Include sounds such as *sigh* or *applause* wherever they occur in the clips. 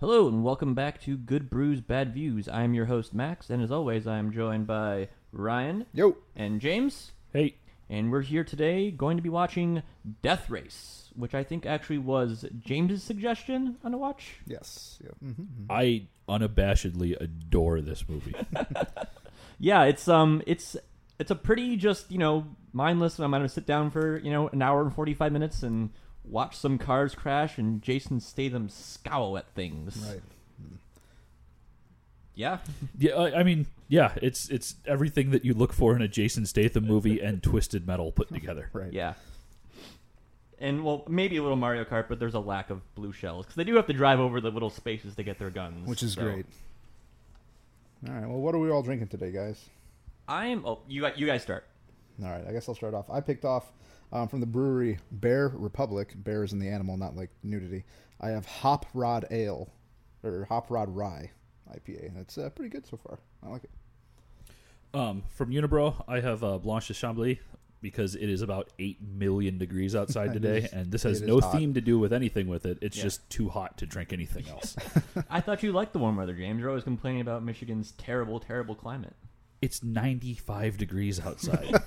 Hello and welcome back to Good Brews Bad Views. I am your host Max, and as always, I am joined by Ryan Yo. and James, Hey, and we're here today going to be watching Death Race, which I think actually was James's suggestion on a watch. Yes. Yeah. hmm I unabashedly adore this movie. *laughs* Yeah, it's um, it's it's a pretty just you know mindless. and I'm gonna sit down for you know an hour and forty five minutes and watch some cars crash and Jason Statham scowl at things. Right. Yeah. yeah, I, I mean, yeah, it's it's everything that you look for in a Jason Statham movie and Twisted Metal *laughs* put together. Right. Yeah. And well, maybe a little Mario Kart, but there's a lack of blue shells because they do have to drive over the little spaces to get their guns, Which is so. great. All right. Well, what are we all drinking today, guys? I'm. Oh, you got you guys *laughs* start. All right. I guess I'll start off. I picked off um, from the brewery Bear Republic. Bear is in the animal, not like nudity. I have Hop Rod Ale or Hop Rod Rye IPA. That's uh, pretty good so far. I like it. *laughs* Um, from Unibro, I have uh, Blanche de Chambly because it is about eight million degrees *laughs* outside today, is- and this has it is no hot. theme to do with anything with it. It's Yeah. just too hot to *laughs* drink anything else. I thought you liked the warm weather, James. You're always complaining about Michigan's terrible, terrible climate. it's ninety five degrees *laughs* outside. *laughs*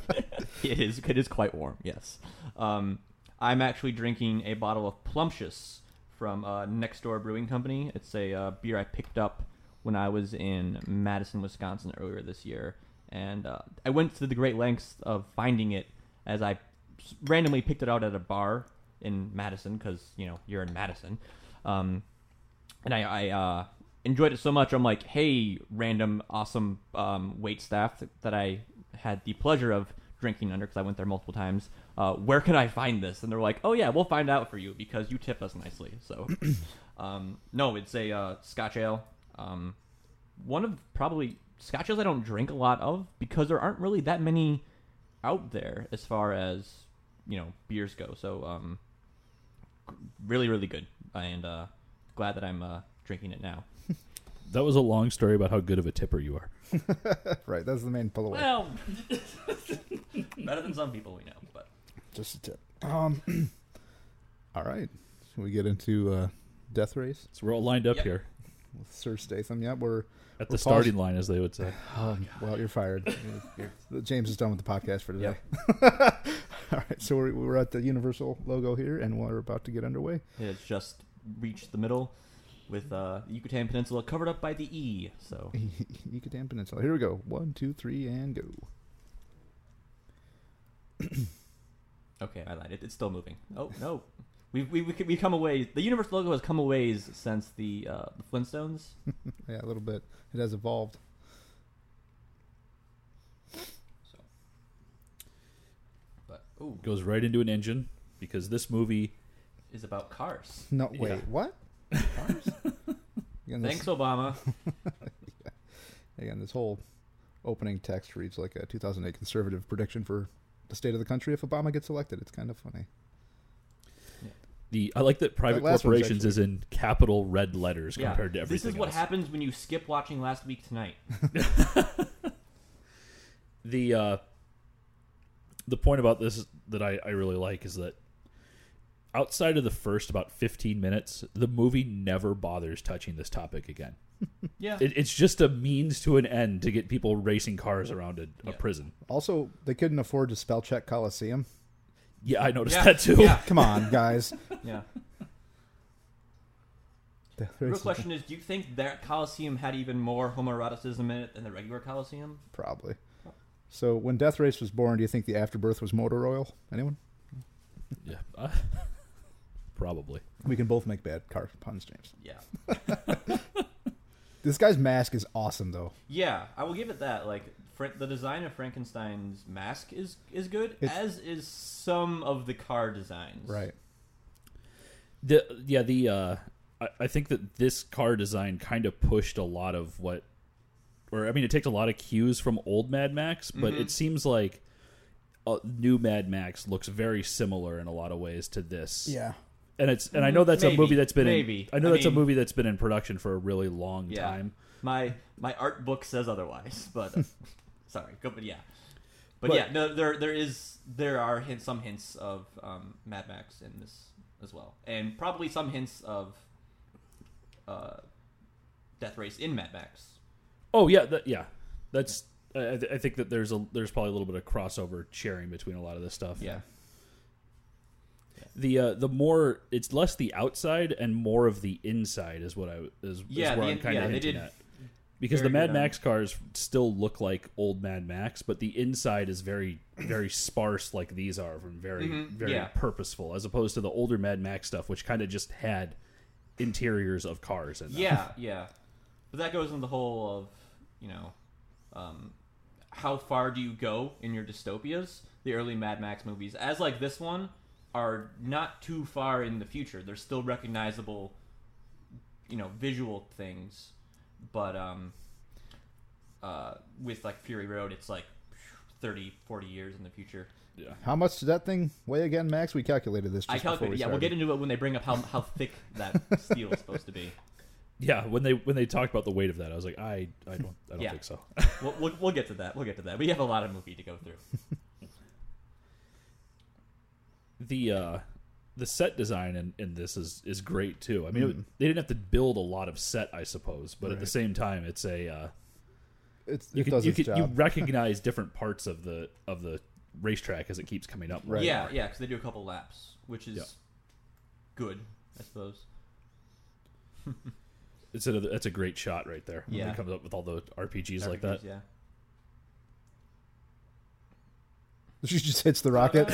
It is. It is quite warm. Yes. Um, I'm actually drinking a bottle of Plumptious from uh, Next Door Brewing Company. It's a uh, beer I picked up when I was in Madison, Wisconsin earlier this year, and uh, I went to the great lengths of finding it as I s- randomly picked it out at a bar in Madison because you know you're in Madison. Um, and I, I uh, enjoyed it so much. I'm like, hey, random awesome um, wait staff that, that I had the pleasure of drinking under because I went there multiple times. Uh, where can I find this? And they're like, oh yeah, we'll find out for you because you tip us nicely. So, *clears throat* um, no, it's a uh, Scotch ale. Um, one of probably Scotch ales I don't drink a lot of because there aren't really that many out there as far as you know beers go. So, um, really, really good, and uh, glad that I'm uh, drinking it now. that was a long story about how good of a tipper you are. right. That's the main *laughs* pull away. Well, *laughs* better than some people we know, but Just a tip. Um. *clears throat* all right. Should we get into uh, Death Race So we're all lined up Yep. here with Sir Statham? Yeah, we're at We're the starting line, as they would say. *laughs* Well, you're fired. *laughs* You're- you're- James is done with the podcast for today. *laughs* All right, so we're, we're at the Universal logo here, and we're about to get underway. *laughs* it's just reached the middle with uh, the Yucatan Peninsula covered up by the E. So Yucatan Peninsula. Here we go. One, two, three, and go. okay, I lied. It, it's still moving. Oh no, we've we we we come away. The universe logo has come a ways since the uh, the Flintstones. Yeah, a little bit. It has evolved. So, but ooh, Goes right into an engine because this movie is about cars. No, wait, Yeah. *laughs* what? Cars? again, this, Thanks, Obama. again, this whole opening text reads like a 2008 conservative prediction for the state of the country if Obama gets elected. It's kind of funny. The I like that private That last one's corporations is in capital red letters Yeah, compared to this everything. is what else. happens when you skip watching last week tonight. The uh, the point about this that I, I really like is that outside of the first about fifteen minutes, the movie never bothers touching this topic again. Yeah, It, it's just a means to an end to get people racing cars around a, a Yeah. prison. Also, they couldn't afford to spell check Coliseum. Yeah, I noticed Yeah, that too. yeah. Come on, *laughs* guys. yeah. Death The Race real is question is, do you think that Coliseum had even more homoeroticism in it than the regular Coliseum? Probably. So when Death Race was born, do you think the afterbirth was motor oil? Anyone? *laughs* Yeah, *laughs* uh, probably. We can both make bad car puns, James. Yeah. This guy's mask is awesome, though. Yeah, I will give it that. Like Fra- the design of Frankenstein's mask is is good, It's- as is some of the car designs. The yeah the uh, I, I think that this car design kind of pushed a lot of what, or I mean, it takes a lot of cues from old Mad Max, but Mm-hmm. it seems like uh, new Mad Max looks very similar in a lot of ways to this. Yeah. and it's and I know that's Mm-hmm. Maybe, a movie that's been maybe. In, I know I that's mean- a movie that's been in production for a really long Yeah. time. My my art book says otherwise, *laughs* but uh, sorry, go, but yeah. But, But- yeah, no, there there is there are hints, some hints of um, Mad Max in this as well, and probably some hints of uh, Death Race in Mad Max. Oh yeah, that, yeah. That's I, I th- I think that there's a there's probably a little bit of crossover sharing between a lot of this stuff. Yeah. The uh, the more it's less the outside and more of the inside is what I is, is Yeah, where the I'm in- kind yeah, of they hinting did at. Because the very Mad good um, on- Max cars still look like old Mad Max, but the inside is very very sparse like these are and very Mhm, very yeah. purposeful as opposed to the older Mad Max stuff which kind of just had interiors of cars and *laughs* Yeah, yeah. But that goes in the whole of, you know, um, how far do you go in your dystopias? The early Mad Max movies, as like this one, are not too far in the future. They're still recognizable, you know, visual things. But um, uh, with like Fury Road, it's like 30, 40 years in the future. How much did that thing weigh again, Max? We calculated this. Just I calculated. yeah, Before we we'll get started. into it when they bring up how, how thick *laughs* that steel is supposed to be. Yeah, when they when they talked about the weight of that, I was like, I I don't I don't Yeah. think so. We'll, we'll, we'll get to that. We'll get to that. We have a lot of movie to go through. the uh the set design in, in this is is great too. I mean, it- they didn't have to build a lot of set, I suppose, but at Hmm. the Right. same time, it's a uh, It's, you it can, does you, its can- you job. *laughs* recognize different parts of the of the racetrack as it keeps coming up. Right. Yeah, yeah, because they do a couple laps, which is Yeah. good, I suppose. It's a, that's a great shot right there. when Yeah. it comes up with all the RPGs, like that. Yeah. *laughs* she just hits the rocket.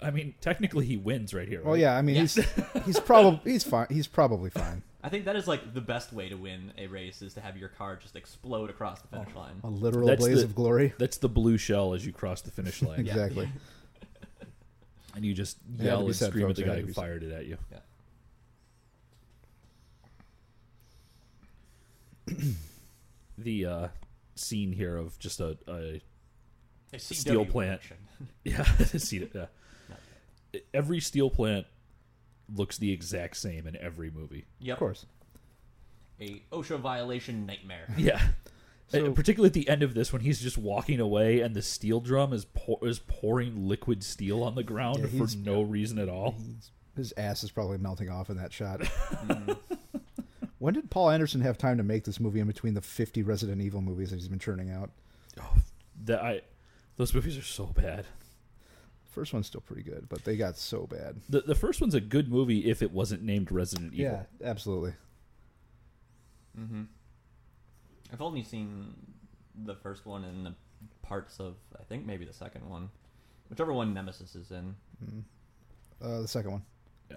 I mean, technically, he wins right here. Well, right? yeah. I mean, Yeah. he's he's probably he's fine. He's probably fine. *laughs* I think that is like the best way to win a race is to have your car just explode across the finish line. A literal That's blaze the- of glory. That's the blue shell as you cross *laughs* the finish line, Yeah. Exactly. and you just to yell be and said, scream folks, at it the had guy to who be said. fired it at you. Yeah. *clears throat* The uh, scene here of just a, a *laughs* A Steel CW plant. production. Yeah, see it. Yeah. Every steel plant looks the exact same in every movie. Of Yep. course. A OSHA violation nightmare. Yeah. So- And particularly at the end of this, when he's just walking away and the steel drum is pour, is pouring liquid steel on the ground Yeah, he's- for no reason at all. He's- his ass is probably melting off in that shot. Mm-hmm. *laughs* when did Paul Anderson have time to make this movie in between the 50 Resident Evil movies that he's been churning out? That I, those movies are so bad. First one's still pretty good, but they got so bad. The the first one's a good movie if it wasn't named Resident Evil. Yeah, absolutely. hmm I've only seen the first one and the parts of I think maybe the second one, whichever one Nemesis is in. Uh, the second one. Yeah.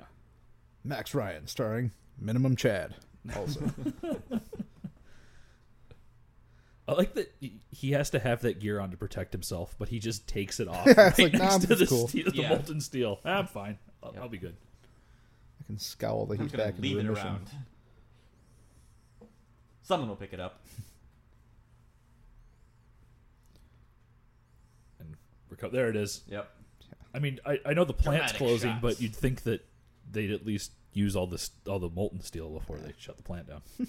Max Ryan, starring Minimum Chad. Also, I like that he- he has to have that gear on to protect himself, but he just takes it *laughs* off Yeah, it's right like, nah, *laughs* next I'm to just the, cool. steel, the Yeah. molten steel. Ah, I'm fine. I'll, Yep. I'll be good. I can scowl that I'm he's just gonna back leave in it remission. around. Someone will pick it up. And reco- there it is. Yep. I mean, I, I know the plant's Dramatic closing, shots. but you'd think that they'd at least use all this all the molten steel before they shut the plant down. Yeah.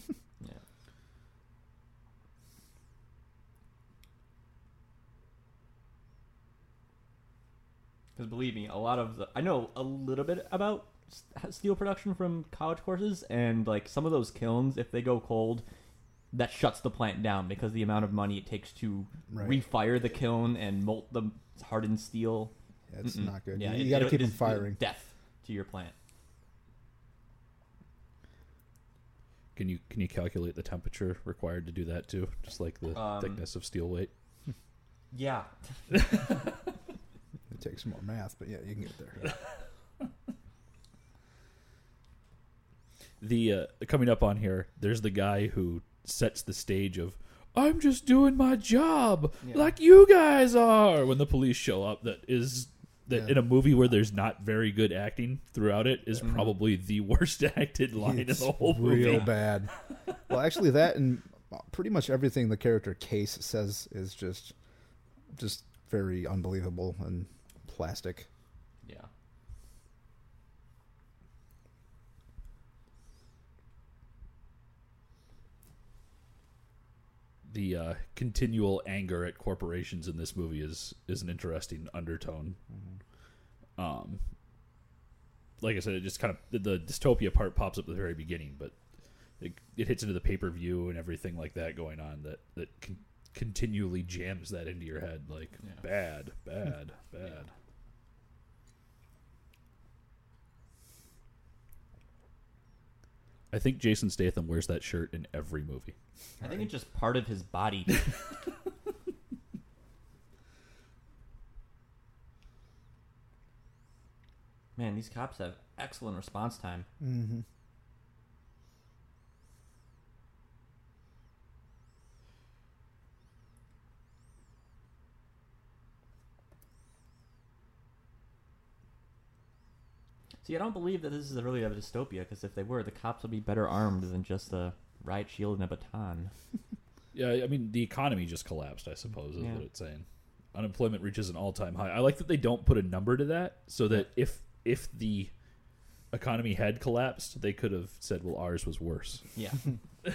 Because believe me, a lot of the I know a little bit about s- steel production from college courses, and like some of those kilns, if they go cold, that shuts the plant down because the amount of money it takes to Right. refire the kiln and molt the hardened steel. Yeah, it's Mm-mm. not good. Yeah, you it- got to it- keep it him is firing. Death to your plant. Can you can you calculate the temperature required to do that too? Just like the Um, thickness of steel weight. Yeah, It takes more math, but yeah, you can get there. The uh, coming up on here, there's the guy who sets the stage of I'm just doing my job Yeah. like you guys are when the police show up that is that Yeah. in a movie where there's not very good acting throughout it is Mhm. probably the *laughs* worst acted line Mm-hmm. it's in the whole movie. real bad. Well, actually, that and pretty much everything the character Case says is just, just very unbelievable and plastic. yeah. the uh, continual anger at corporations in this movie is is an interesting undertone. Um, like I said, it just kind of the, the dystopia part pops up at the very beginning, but it, it hits into the pay per view and everything like that going on that that con- continually jams that into your head like Yeah. bad, bad, bad. I think Jason Statham wears that shirt in every movie. I think it's just part of his *laughs* body. Man, these cops have excellent response time. Mm-hmm. See, I don't believe that this is really a dystopia because if they were, the cops would be better armed than just a riot shield and a baton. Yeah, I mean the economy just collapsed. I suppose is Yeah. what it's saying. Unemployment reaches an all-time high. I like that they don't put a number to that, so that if if the economy had collapsed, they could have said, "Well, ours was worse." Yeah. *laughs*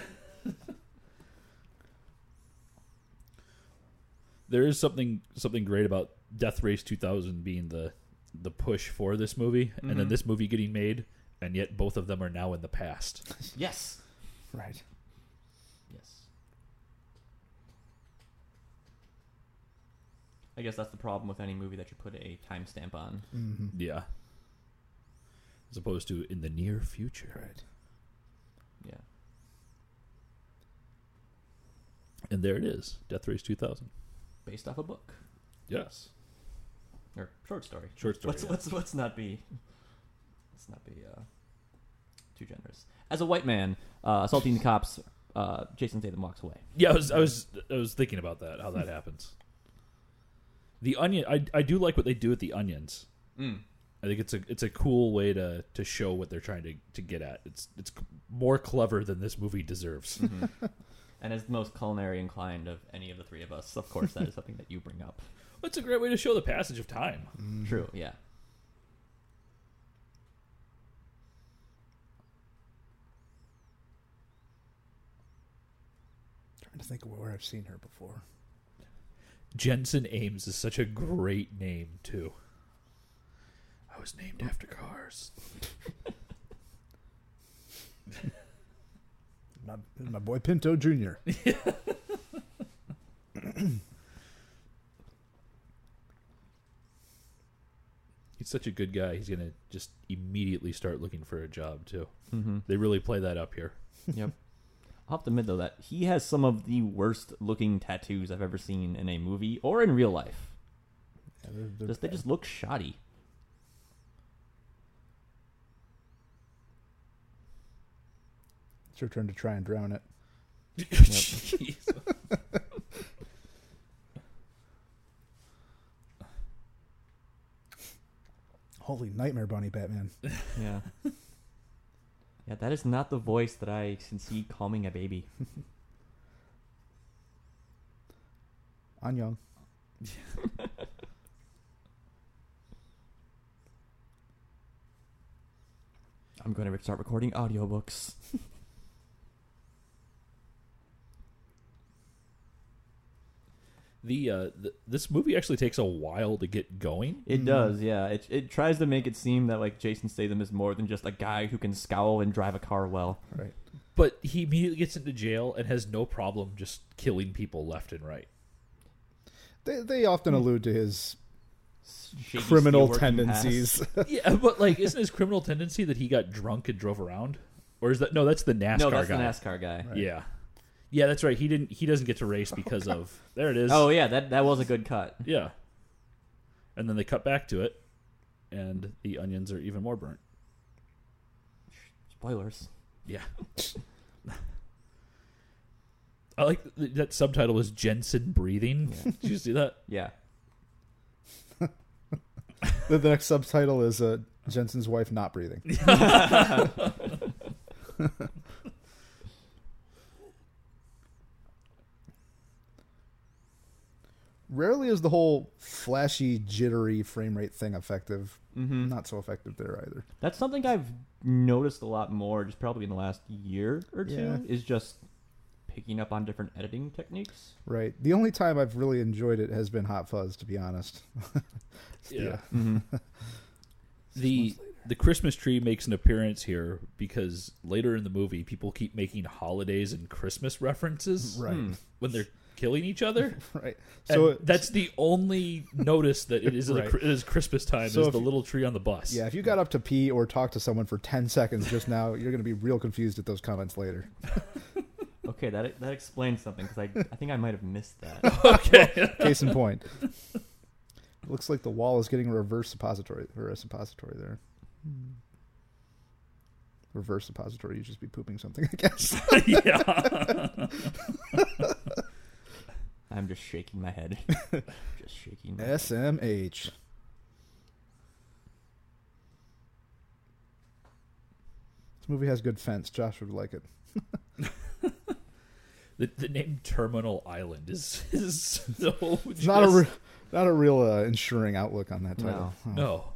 There is something something great about Death Race 2000 being the the push for this movie, and then Mhm. this movie getting made, and yet both of them are now in the past. yes. Right. Yes. I guess that's the problem with any movie that you put a timestamp on. Mm-hmm. yeah, as opposed to in the near future. Right. Yeah. And there it is, Death Race 2000. Based off a book Yes, or short story. short story. Let's, let's, let's not be let's not be uh, too generous. As a white man uh, assaulting the cops, uh, Jason Statham walks away. Yeah, I was, I was, I was thinking about that. How that happens. The onion, I, I do like what they do with the onions. Mm. I think it's a, it's a cool way to, to show what they're trying to, to get at. It's, it's c- more clever than this movie deserves. And is the most culinary inclined of any of the three of us. Of course, that is something that you bring up. it's a great way to show the passage of time. *laughs* Mm-hmm. True. Yeah. Trying to think of where I've seen her before. Jensen Ames is such a great name too. I was named after cars. My, my boy Pinto Jr. He's such a good guy. He's gonna just immediately start looking for a job too. Mm-hmm. They really play that up here. Yep. I'll have to admit though that he has some of the worst looking tattoos I've ever seen in a movie or in real life. *laughs* Yeah, they're- they're Just, they just look shoddy. It's your turn to try and drown it. Jeez. Holy nightmare, Bunny Batman. Yeah. *laughs* yeah, that is not the voice that I can see calming a baby. Anyang. I'm going to start recording audiobooks. the uh th- this movie actually takes a while to get going It Mhm. does, yeah. It, it tries to make it seem that like Jason Statham is more than just a guy who can scowl and drive a car well. Right. but he immediately gets into jail and has no problem just killing people left and right They, they often allude to his Shady *laughs* criminal steelworking tendencies. *laughs* yeah but like isn't his criminal tendency that he got drunk and drove around or is that no that's the nascar past. No, that's guy the NASCAR guy. Right. yeah yeah that's right he didn't he doesn't get to race because of there it is Oh yeah, that that was a good cut. yeah and then they cut back to it and the onions are even more burnt Spoilers. yeah I like that, that subtitle was Jensen breathing. Yeah. *laughs* Did you see that? Yeah. the, the next subtitle is uh, Jensen's wife not breathing. Rarely is the whole flashy, jittery frame rate thing effective. Mm-hmm. Not so effective there either. That's something I've noticed a lot more, just probably in the last year or two, Yeah. is just picking up on different editing techniques. Right. The only time I've really enjoyed it has been Hot Fuzz, to be honest. Yeah. *laughs* Mm-hmm. the the Christmas tree makes an appearance here because later in the movie, people keep making holidays and Christmas references Right. Hmm. when they're killing each other. Right. *laughs* So So it- that's the only notice that it is *laughs* Right. it is Christmas time So is if the you- little tree on the bus. yeah, if you got up to pee or talk to someone for ten seconds just now, *laughs* you're going to be real confused at those comments later. Okay, that that explains something because I I think I might have missed *laughs* that. *laughs* Okay. Case in point. Looks like the wall is getting a reverse suppository or a suppository there. Reverse suppository, you just be pooping something, *laughs* I guess. yeah. I'm just shaking my *laughs* head, just shaking. My head. SMH. This movie has good fence. Josh would like it. The, the name Terminal Island is, *laughs* is so. It's not a re- not a real uh, ensuring outlook on that title. Oh. No.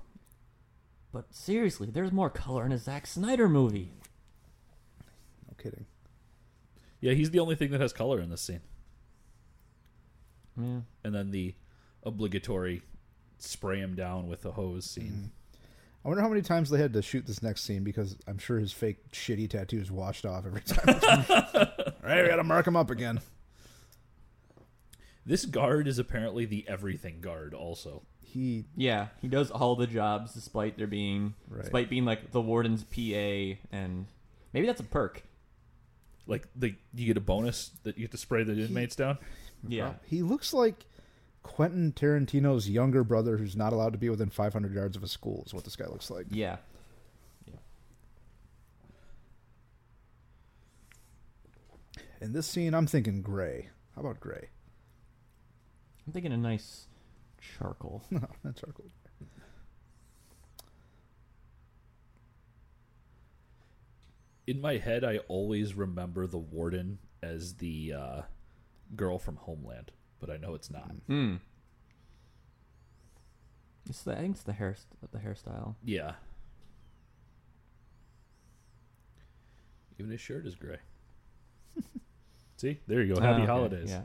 But seriously, there's more color in a Zack Snyder movie. No kidding. Yeah, he's the only thing that has color in this scene. Yeah. And then the obligatory spray him down with the hose scene. I wonder how many times they had to shoot this next scene because I'm sure his fake shitty tattoos washed off every time. All right, we gotta mark him up again. Mm-hmm. This guard is apparently the everything guard, also. He Yeah, he does all the jobs despite there being Right. despite being like the warden's PA and maybe that's a perk. Like, the, you get a bonus that you get to spray the inmates down. Yeah. uh, he looks like Quentin Tarantino's younger brother who's not allowed to be within 500 yards of a school. Is what this guy looks like. Yeah. In this scene, I'm thinking gray. How about gray? *laughs* I'm thinking a nice charcoal. No, that's our goal. In my head, I always remember the warden as the uh, girl from Homeland, but I know it's not. Hmm. It's the I think it's the hair the hairstyle. Yeah. Even his shirt is *laughs* gray. See, there you go. Happy Oh, okay, holidays. *laughs* Yeah.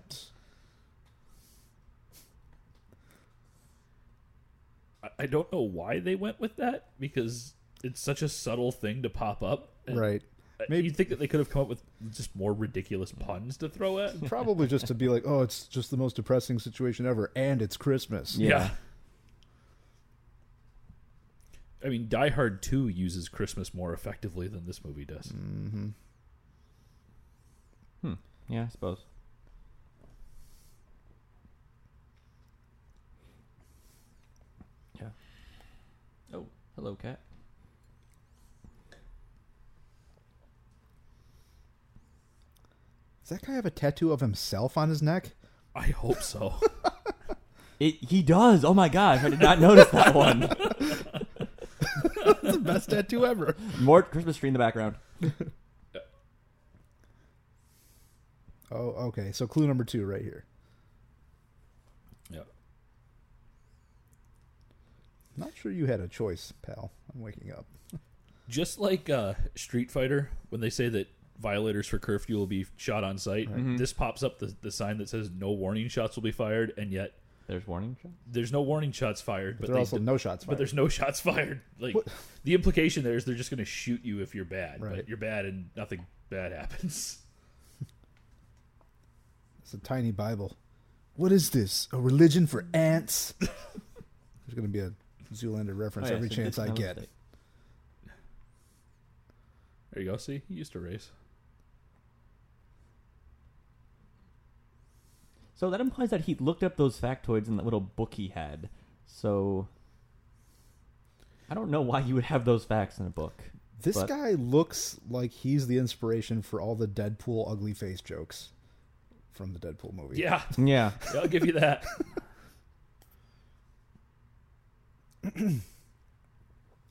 I, I don't know why they went with that because it's such a subtle thing to pop up. and Right. I- Maybe- you'd think that they could have come up with just more ridiculous puns to throw at. Probably just to be like, oh, it's just the most depressing situation ever, and it's Christmas. Yeah. I mean, Die Hard 2 uses Christmas more effectively than this movie does. Mm-hmm. Yeah, I suppose. Yeah. Oh, hello, cat. Does that guy have a tattoo of himself on his neck? *laughs* I hope so. It, he does. Oh my gosh, I did not notice that one. That's the best tattoo ever. More Christmas tree in the background. *laughs* Oh, okay. So clue number two right here. *laughs* yeah. Not sure you had a choice, pal. I'm waking up. Just like uh, Street Fighter, when they say that violators for curfew will be shot on sight, this pops up the, the sign that says no warning shots will be fired, and yet There's warning. shot? there's no warning shots fired, But but, there they are also d- no shots but fired. there's no shots *laughs* fired. Like What? the implication there is they're just going to shoot you if you're bad, Right. but you're bad and nothing bad happens. It's a tiny Bible. What is this? A religion for ants? there's going to be a Zoolander reference Oh, yeah, every so chance this is I my get. mistake. *laughs* There you go. See, he used to race. So that implies that he looked up those factoids in that little book he had. So I don't know why you would have those facts in a book. This But- guy looks like he's the inspiration for all the Deadpool ugly face jokes from the Deadpool movie. Yeah, Yeah. yeah, I'll give you *laughs* that.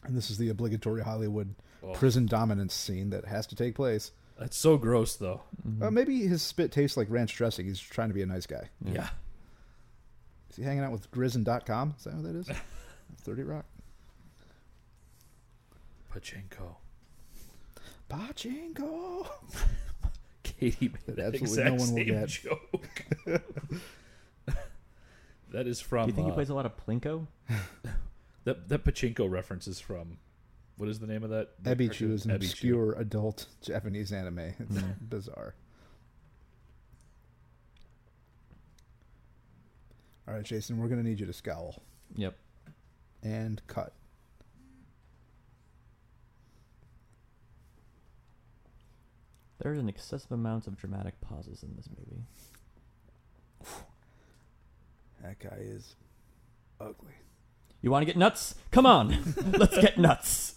And this is the obligatory Hollywood Oh. prison dominance scene that has to take place. That's so gross, though. Uh, maybe his spit tastes like ranch dressing. He's trying to be a nice guy. Yeah. Is he hanging out with Grizzin.com? Is that what that *laughs* is? 30 Rock. Pachinko. Pachinko! *laughs* Katie made *laughs* that Absolutely exact no one will same get. joke. that is from *laughs* Do you think he uh, plays a lot of Plinko? That that pachinko reference is from what is the name of that? that Ebichu cartoon? is an Ebichu. Mm. obscure adult Japanese anime. It's bizarre. All right, Jason, we're going to need you to scowl Yep. and cut. There's an excessive amount of dramatic pauses in this movie. That guy is ugly. You want to get nuts? Come on, *laughs* let's get nuts.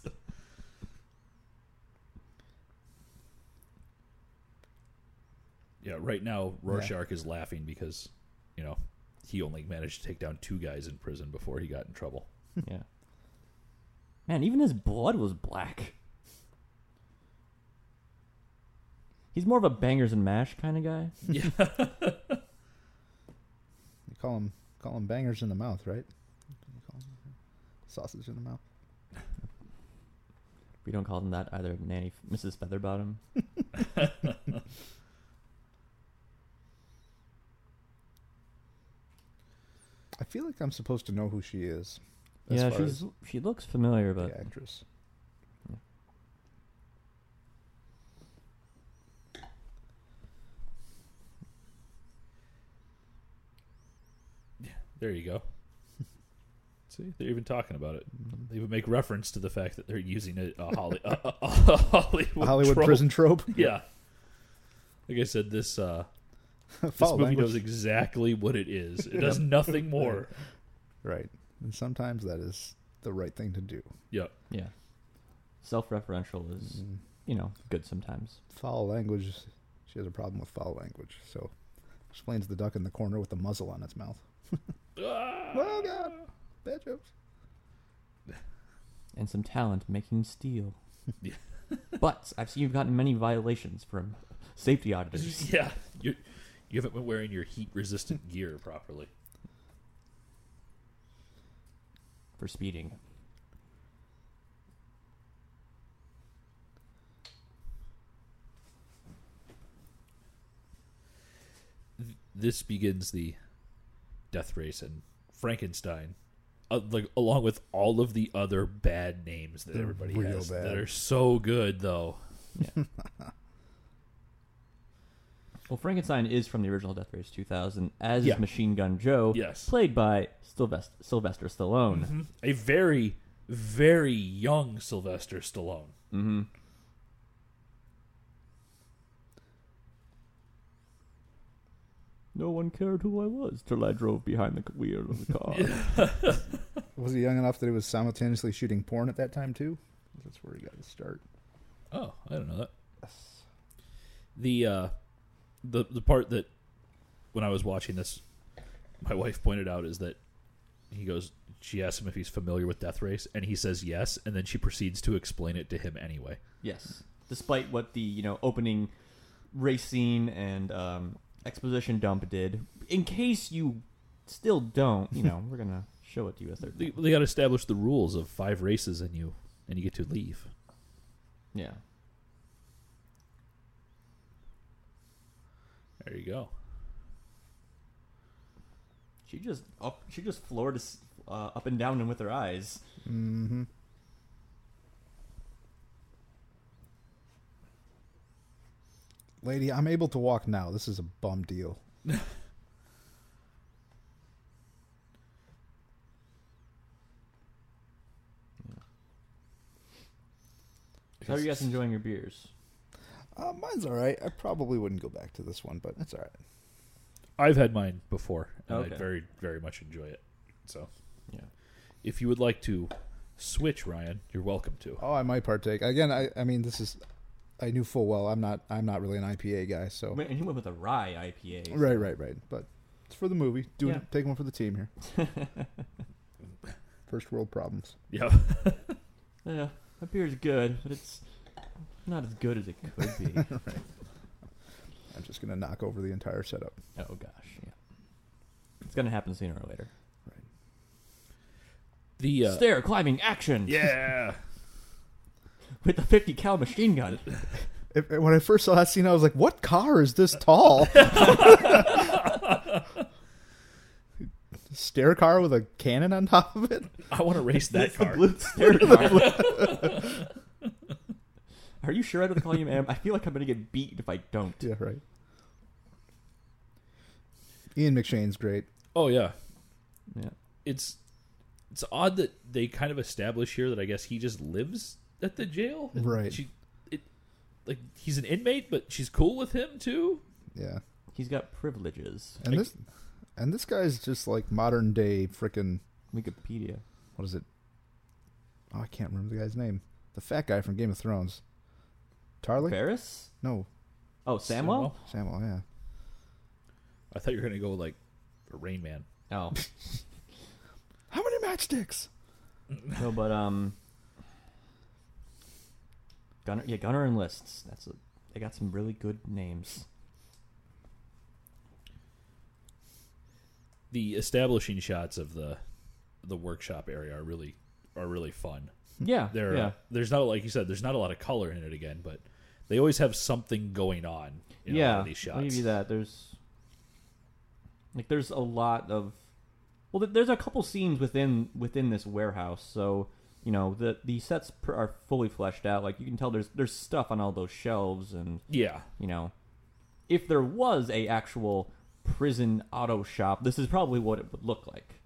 Yeah, right now Rorschach is laughing because you know he only managed to take down two guys in prison before he got in *laughs* trouble. yeah. Man, even his blood was black. He's more of a bangers and mash kind of guy. yeah, You call him call him bangers in the mouth, right? You call 'em sausage in the mouth. We don't call them that either, Nanny Mrs. Featherbottom. I feel like I'm supposed to know who she is. as Yeah, far she's as she looks familiar, but the actress. Yeah. *laughs* there you go. See, they're even talking about it. They even make reference to the fact that they're using a, a, Holly, *laughs* a, a- a Hollywood A Hollywood trope. prison trope. *laughs* Yeah, like I said, this uh, this Follow movie language. knows exactly what it *laughs* is. It does nothing more. Right. And sometimes that is the right thing to do. Yeah, yeah. Self-referential is, Mm. you know, good sometimes. Foul language. She has a problem with foul language. So explains the duck in the corner with the muzzle on its mouth. Ah. Oh, God. Bad jokes. And some talent making *laughs* steel. Yeah. but I've seen you've gotten many violations from safety auditors. *laughs* yeah. You you haven't been wearing your heat resistant gear properly. for speeding. This begins the death race and Frankenstein, uh, like along with all of the other bad names that They're everybody real has bad. that are so good though. Well, Frankenstein is from the original Death Race 2000, as Yeah. is Machine Gun Joe, Yes. Mm-hmm. played by Sylvester, Sylvester Stallone. A very very young Sylvester Stallone. No one cared who I was till I drove behind the wheel of *laughs* the car. Was he young enough that he was simultaneously shooting porn at that time, too? That's where he got his start. Oh, I don't know that. The uh, the the part that when I was watching this, my wife pointed out is that he goes. She asks him if he's familiar with Death Race, and he says yes, and then she proceeds to explain it to him anyway. Yes, despite what the you know opening race scene and um, exposition dump did. In case you still don't, you *laughs* know, we're gonna show it to you a third. They, they got to establish the rules of five races, and you and you get to leave. Yeah. There you go. She just up, she just floored us uh, up and down and with her eyes. Mm-hmm. Lady, I'm able to walk now. This is a bum deal. How are you guys It's- enjoying your beers? Uh, mine's all right. I probably wouldn't go back to this one, but it's all right. I've had mine before, and Okay. I very very much enjoy it. So, Yeah. if you would like to switch, Ryan, you're welcome to. Oh, I might partake again. I, I mean, this is. I knew full well I'm not. I'm not really an IPA guy. So Oh. Wait, And he went with a rye IPA. right, right, right. But it's for the movie. Doing Yeah. take one for the team here. *laughs* First world problems. Yeah. Yeah, my beer's good, but it's not as good as it could be. I'm just gonna knock over the entire setup. oh gosh, yeah. It's gonna happen sooner or later. The uh, Stair climbing action yeah. with the 50 cal machine gun. If, when I first saw that scene, I was like, "What car is this tall?" *laughs* stair car with a cannon on top of it. *laughs* I want to race that It's the car. blue stair car. Are you sure I don't call you ma'am? I feel like I'm gonna get beat if I don't. Yeah, right. Ian McShane's great. Oh yeah, Yeah. it's it's odd that they kind of establish here that I guess he just lives at the jail. And Right. She, it, like he's an inmate, but she's cool with him too. Yeah, He's got privileges. and this and this guy's just like modern day frickin' Wikipedia. what is it? Oh, I can't remember the guy's name. The fat guy from Game of Thrones. Tarly? Ferris? No, Oh, Samwell? Samuel. Yeah. I thought you were gonna go like Rain Man. Oh. How many matchsticks? No, but um Gunner yeah, Gunner enlists. That's a, they got some really good names. The establishing shots of the the workshop area are really are really fun. Yeah. There, yeah. there's not like you said, there's not a lot of color in it again, but they always have something going on. In a lot yeah, of these shots. I'll give you that. There's like there's a lot of well, th- there's a couple scenes within within this warehouse, so you know the the sets pr- are fully fleshed out. Like you can tell there's there's stuff on all those shelves, and Yeah, you know if there was a actual prison auto shop, this is probably what it would look like.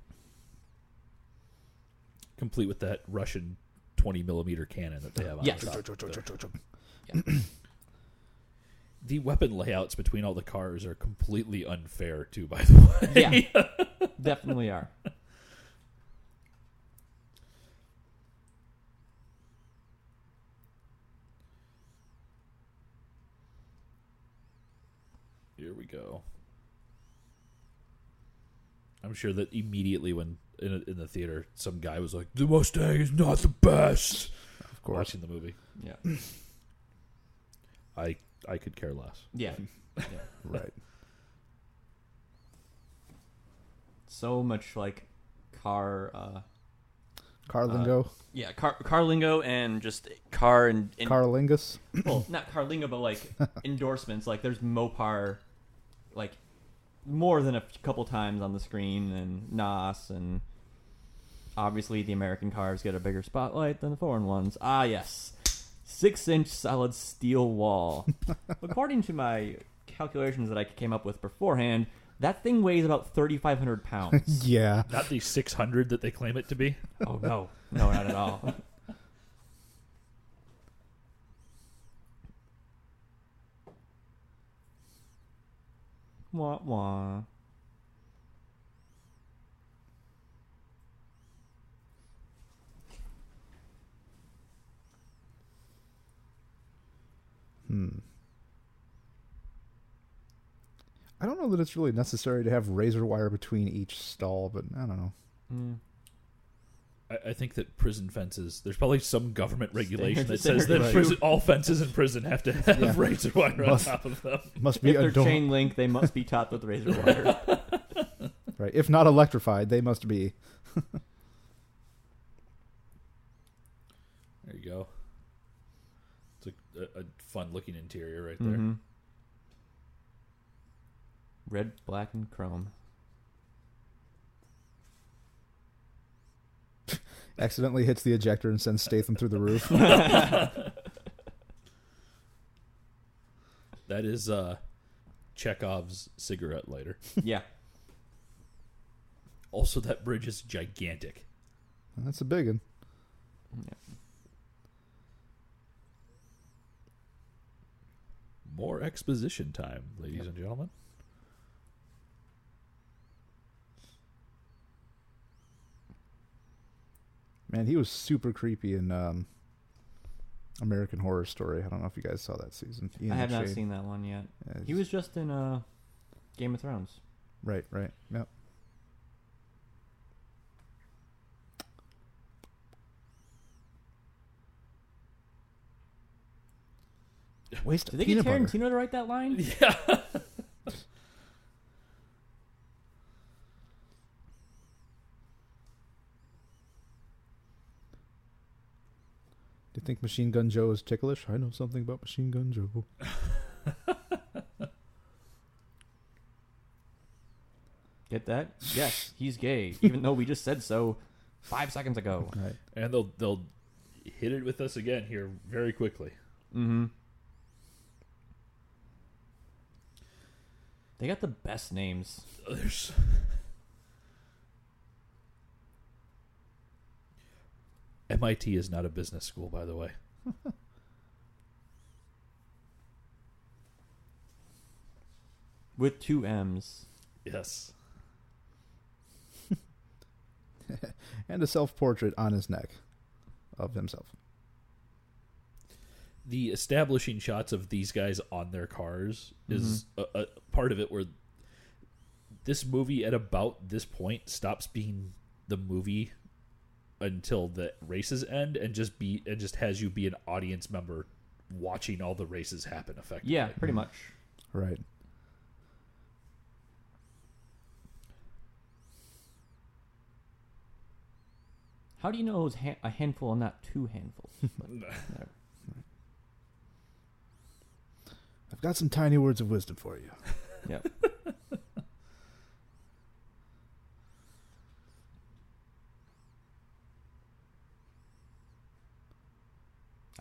complete with that Russian twenty millimeter cannon that they have. on Yes. the top. The weapon layouts between all the cars are completely unfair too. By the way, Yeah, definitely are. here we go. I'm sure that immediately when in, in the theater, some guy was like, "The Mustang is not the best." Of course. Watching the movie, Yeah, I I could care less. yeah. right. So much like car. Uh, Carlingo. yeah, car, car lingo and just car and, and Carlingus. well, *clears throat* not Carlinga, but like endorsements. Like there's Mopar, like more than a f- couple times on the screen, and Nas, and obviously the American cars get a bigger spotlight than the foreign ones. Ah, yes, six-inch solid steel wall. According to my calculations that I came up with beforehand, that thing weighs about 3,500 pounds. *laughs* Yeah. Not the 600 that they claim it to be. oh no, no, not at all. *laughs* Wah wah. Hmm. I don't know that it's really necessary to have razor wire between each stall, but I don't know. Mm. I, I think that prison fences. There's probably some government regulation that Standard says that right. prison, all fences in prison have to have *laughs* Yeah. razor wire on Must- top of them. Must be If they're adorned. chain link, they must be topped with *laughs* razor wire. Right. If not electrified, they must be. There you go. It's a, a, a fun looking interior right there. Mhm. Red, black, and chrome. Accidentally hits the ejector and sends Statham through the *laughs* roof. That is uh, Chekhov's cigarette lighter. Yeah, *laughs* Also, that bridge is gigantic. That's a big one. More exposition time, ladies and gentlemen. Man, he was super creepy in um, American Horror Story. I don't know if you guys saw that season. Ian I have not McShane. seen that one yet. Yeah, He was just in uh, Game of Thrones. Right, right. Yep. Waste Did they get Tarantino to write that *laughs* line? *laughs* Yeah. Do you think Machine Gun Joe is ticklish? I know something about Machine Gun Joe. Get that? Yes, he's gay, even though we just said so five seconds ago. Right. and they'll they'll hit it with us again here very quickly. Mm-hmm. They got the best names. There's MIT is not a business school, by the way. With two M's. Yes. And a self portrait on his neck of himself. The establishing shots of these guys on their cars is a, a part of it where this movie at about this point stops being the movie until the races end and just be and just has you be an audience member watching all the races happen effectively. Yeah, pretty much. Right. How do you know it was ha- a handful and not two handfuls? But whatever. I've got some tiny words of wisdom for you. yep.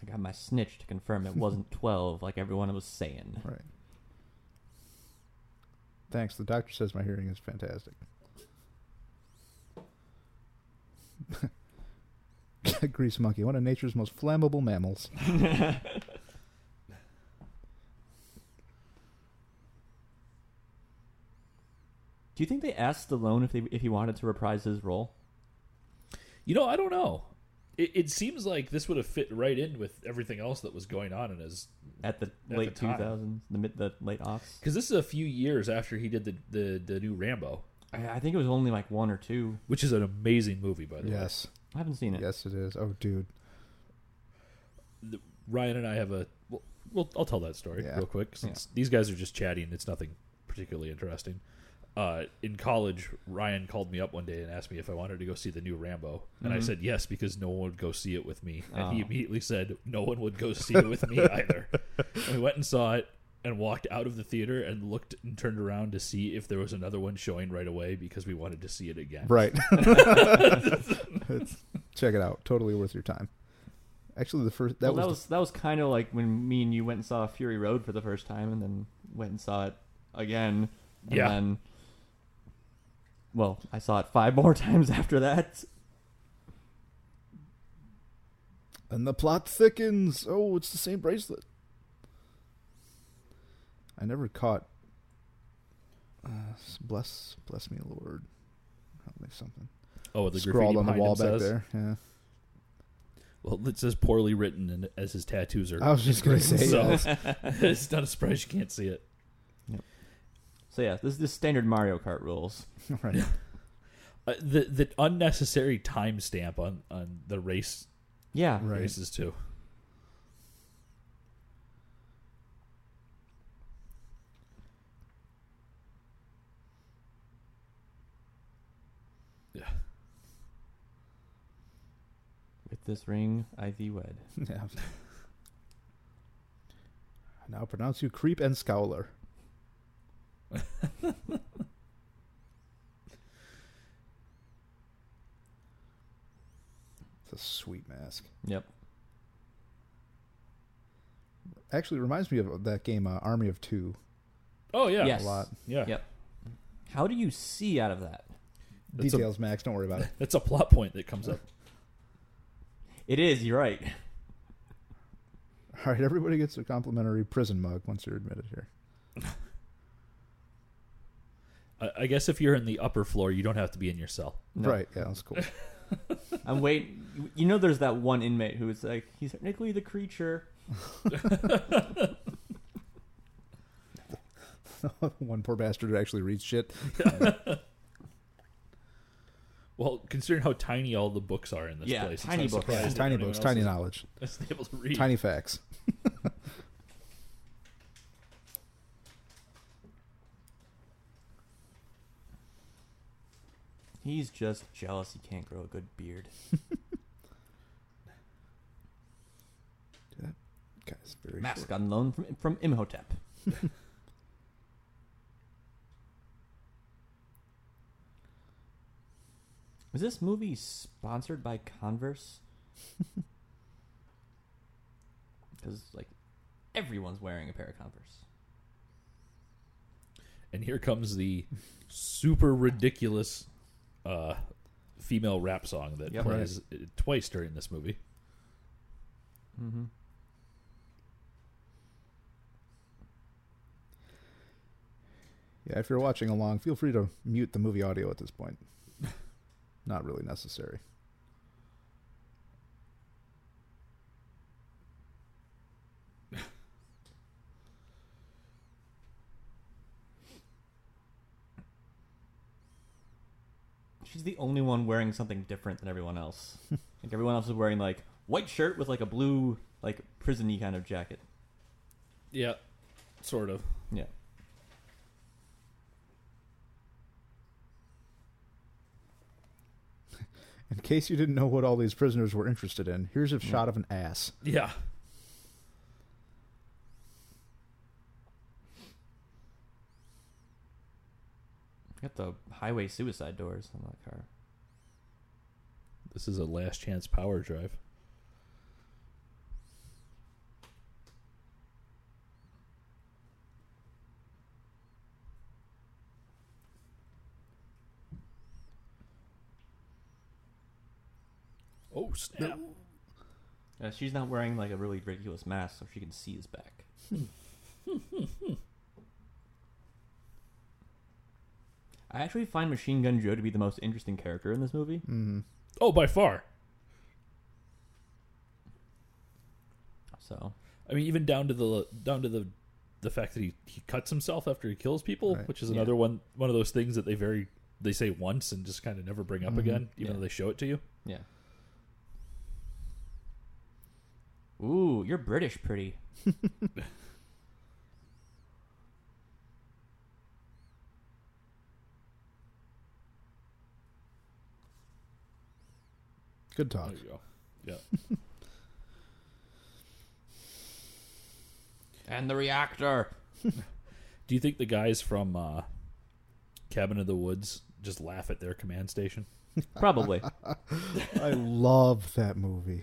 I got my snitch to confirm it wasn't *laughs* 12 like everyone was saying. Right. Thanks. The doctor says my hearing is fantastic. *laughs* Grease monkey, one of nature's most flammable mammals. Do you think they asked Stallone if, they, if he wanted to reprise his role? You know, I don't know. It, it seems like this would have fit right in with everything else that was going on in his At the the late time. 2000s, the mid, the late aughts. because this is a few years after he did the, the the new Rambo, I, I think it was only like one or two. which is an amazing movie by the way. Yes. I haven't seen it. Yes, it is. Oh, dude. Ryan and I have a well, well I'll tell that story Yeah. real quick since these guys are just chatting. It's nothing particularly interesting. Uh, in college, Ryan called me up one day and asked me if I wanted to go see the new Rambo, and I Mm-hmm. said yes because no one would go see it with me, and he Oh. immediately said no one would go see it with *laughs* me either. And we went and saw it and walked out of the theater and looked and turned around to see if there was another one showing right away because we wanted to see it again. Right. *laughs* It's- check it out. Totally worth your time. Actually, the first that Well, that was, was that was kind of like when me and you went and saw Fury Road for the first time, and then went and saw it again. And Yeah. Then, well, I saw it five *laughs* more times after that. the, and the plot thickens. Oh, it's the same bracelet. I never caught. Uh, s- bless, bless me, Lord. Help me something. Oh, the Scrawled graffiti on the behind wall him back says- there. Yeah. Well, it says poorly written, and as his tattoos are. I was just gonna say so yes. *laughs* it's not a surprise you can't see it. So yeah, this is the standard Mario Kart rules. *laughs* right. Uh, the the unnecessary timestamp on on the race Yeah. Right. races too. Yeah. With this ring, I thee wed. *laughs* Yeah. I now pronounce you creep *laughs* and scowler. it's a sweet mask. Yep. Actually, it reminds me of that game, uh, Army of Two. Oh yeah. yes. lot. Yeah. Yep. How do you see out of that? That's a- Details, Max. Don't *laughs* worry about it. That's a plot point that comes up. It is. You're right. *laughs* All right, everybody gets a complimentary prison mug once they're admitted here. I, I guess if you're in the upper floor, you don't have to be in your cell. No. Right? Yeah, that's cool. *laughs* I'm waiting. You know, there's that one inmate who is like, he's technically the creature. One poor bastard who actually reads shit. Well, considering how tiny all the books are in this Yeah, place, it's tiny not books. surprising that tiny no one books, else tiny is- knowledge, is *laughs* able to read. tiny facts. He's just jealous he can't grow a good beard. Guys, very short. Mask on loan from from Imhotep. Was this movie sponsored by Converse? Because like everyone's wearing a pair of Converse. And here comes the super ridiculous uh, female rap song that Yep. plays uh twice during this movie. Mm-hmm. Yeah, if you're watching along, feel free to mute the movie audio at this *laughs* point. Not really necessary. She's the only one wearing something different than everyone else. like everyone else is wearing like white shirt with like a blue like prisony kind of jacket. Yeah, sort of. Yeah. In case you didn't know what all these prisoners were interested in, here's a shot of an ass. Yeah. Got the highway suicide doors on that car. This is a last chance power drive. Oh snap. Uh, she's not wearing like a really ridiculous mask, so she can see his back. I actually find Machine Gun Joe to be the most interesting character in this movie. Mm-hmm. Oh, by far. So I mean, even down to the down to the the fact that he, he cuts himself after he kills people, Right. which is Yeah. another one one of those things that they very they say once and just kind of never bring up again, Mm-hmm. even Yeah. though they show it to you. yeah. Ooh, you're British, pretty. Good talk. There you go. Yeah. And the reactor. Do you think the guys from uh, Cabin of the Woods just laugh at their command station? *laughs* Probably. I love that movie.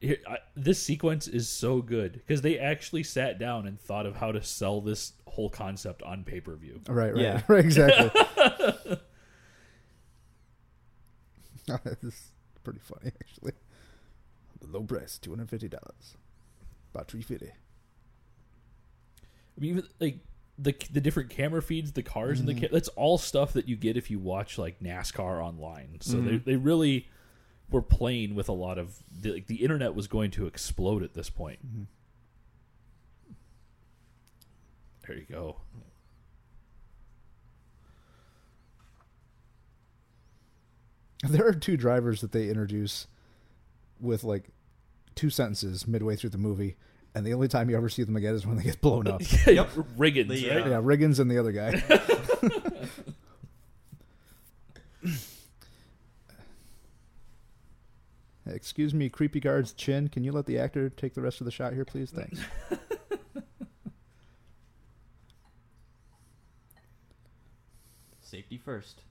Here, I, this sequence is so good because they actually sat down and thought of how to sell this whole concept on pay per view. Right, right, Yeah. *laughs* right, exactly. this is pretty funny, actually. The low price, two hundred fifty dollars. About three fifty. I mean, even like the the different camera feeds, the cars, and the ca- that's all stuff that you get if you watch like NASCAR online. So they they really were playing with a lot of the, like, the internet was going to explode at this point. There you go. There are two drivers that they introduce with like two sentences midway through the movie, and the only time you ever see them again is when they get blown *laughs* up. yep, Riggins. The, right? uh, Yeah, Riggins and the other guy. *laughs* Excuse me, creepy guard's chin. Can you let the actor take the rest of the shot here, please? Thanks. Safety first.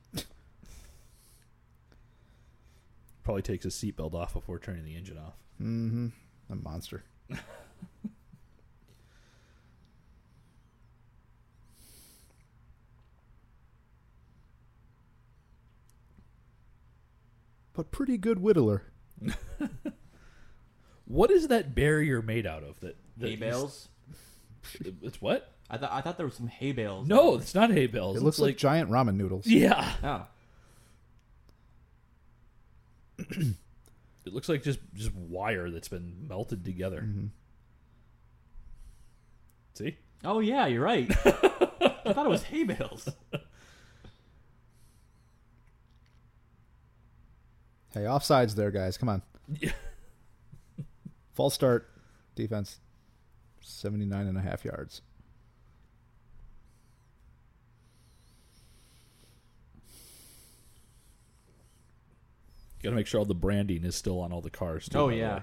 Probably takes his seatbelt off before turning the engine off. Mm-hmm. A monster. but pretty good whittler. What is that barrier made out of? That, that Hay bales. *laughs* It's what? I thought I thought there was some hay bales. No, it's not hay bales. It It's looks like, giant ramen noodles. yeah. Oh. It looks like just just wire that's been melted together. See, Oh yeah, you're *laughs* right. I thought it was hay bales. Hey, offsides there, guys. Come on. Yeah. False start. Defense 79 and a half yards. *laughs* gotta make sure all the branding is still on all the cars. Too, Oh by the yeah. way.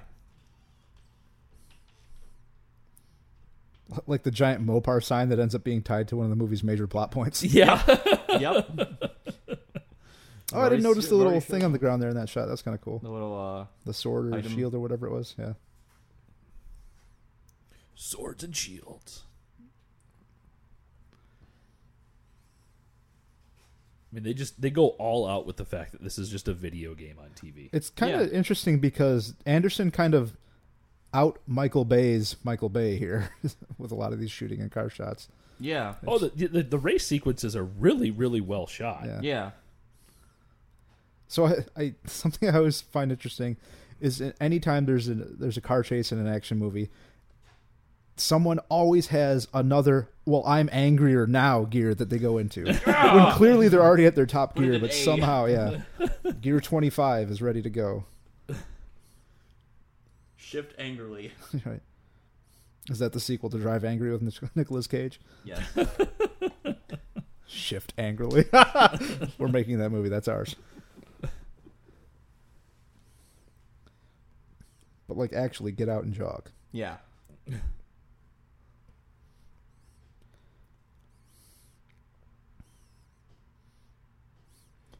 Like the giant Mopar sign *laughs* that ends up being tied to one of the movie's major plot points. yeah. yep. Oh, I Already didn't notice see- the little already showed thing on the ground there in that shot. That's kind of cool. The little uh, The sword or Item. shield or whatever it was. Yeah. Swords and shields. I mean, they just they go all out with the fact that this is just a video game on TV. It's kind of Yeah. interesting because Anderson kind of out Michael Bay's Michael Bay here *laughs* with a lot of these shooting and car shots. yeah, Oh, the, the the race sequences are really really well shot. Yeah. yeah, So I, I *laughs* something I always find interesting is that anytime there's a there's a car chase in an action movie, someone always has another well I'm angrier now gear that they *laughs* go into when clearly they're already at their top Put it gear, in but A. *laughs* somehow yeah, gear 25 is ready to go. shift angrily. *laughs* right. Is that the sequel to Drive Angry with Nic- Nicolas Cage? Yes, Shift angrily. *laughs* We're making that movie. That's ours. But like, actually, get out and jog. yeah.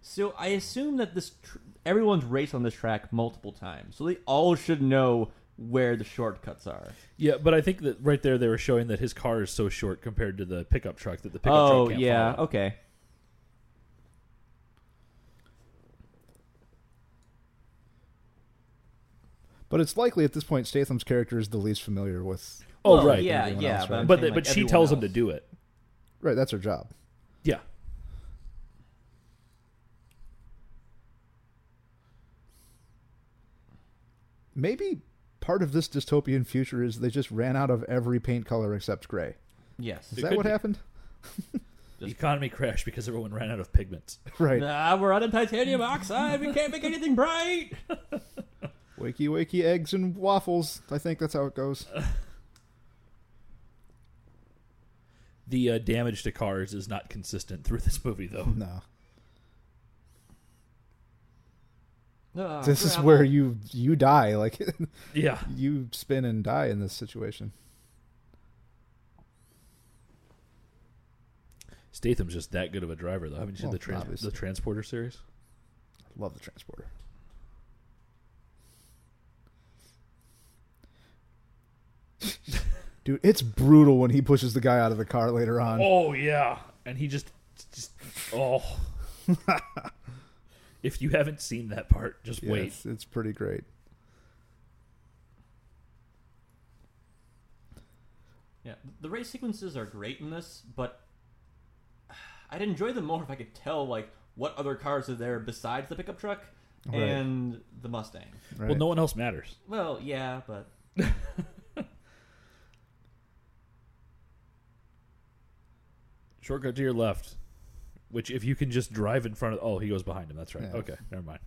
So I assume that this tr- everyone's raced on this track multiple times, so they all should know where the shortcuts are. Yeah, but I think that right there they were showing that his car is so short compared to the pickup truck that the pickup oh truck can't yeah, follow. okay. But it's likely at this point Statham's character is the least familiar with. Oh Well, right. yeah, Everyone yeah. else, but right? I'm But saying, the, like, but she everyone tells him else. to do it. Right, that's her job. Yeah. Maybe part of this dystopian future is they just ran out of every paint color except gray. Yes. Is It that could what be. happened? *laughs* Just- The economy crashed because everyone ran out of pigments. Right. Nah, we're out of titanium oxide. We can't make anything bright. Wakey, wakey, eggs and waffles. I think that's how it goes. *laughs* The uh, damage to cars is not consistent through this *laughs* movie though. No. Ah, this is gravel. where you you die like *laughs* Yeah. you spin and die in this situation Statham's just that good of a driver though. Haven't you seen Well, the trans- obviously. the transporter series? love the transporter dude it's brutal when he pushes the guy out of the car later on Oh yeah, and he just just *laughs* oh. if you haven't seen that part, just Yeah, wait. it's, it's pretty great Yeah, the race sequences are great in this, but I'd enjoy them more if I could tell like what other cars are there besides the pickup truck Right. and the Mustang. right Well, no one else matters. Well, yeah, but *laughs* Shortcut to your left, which if you can just drive in front of. Oh, he goes behind him. That's right. Yeah. Okay, never mind.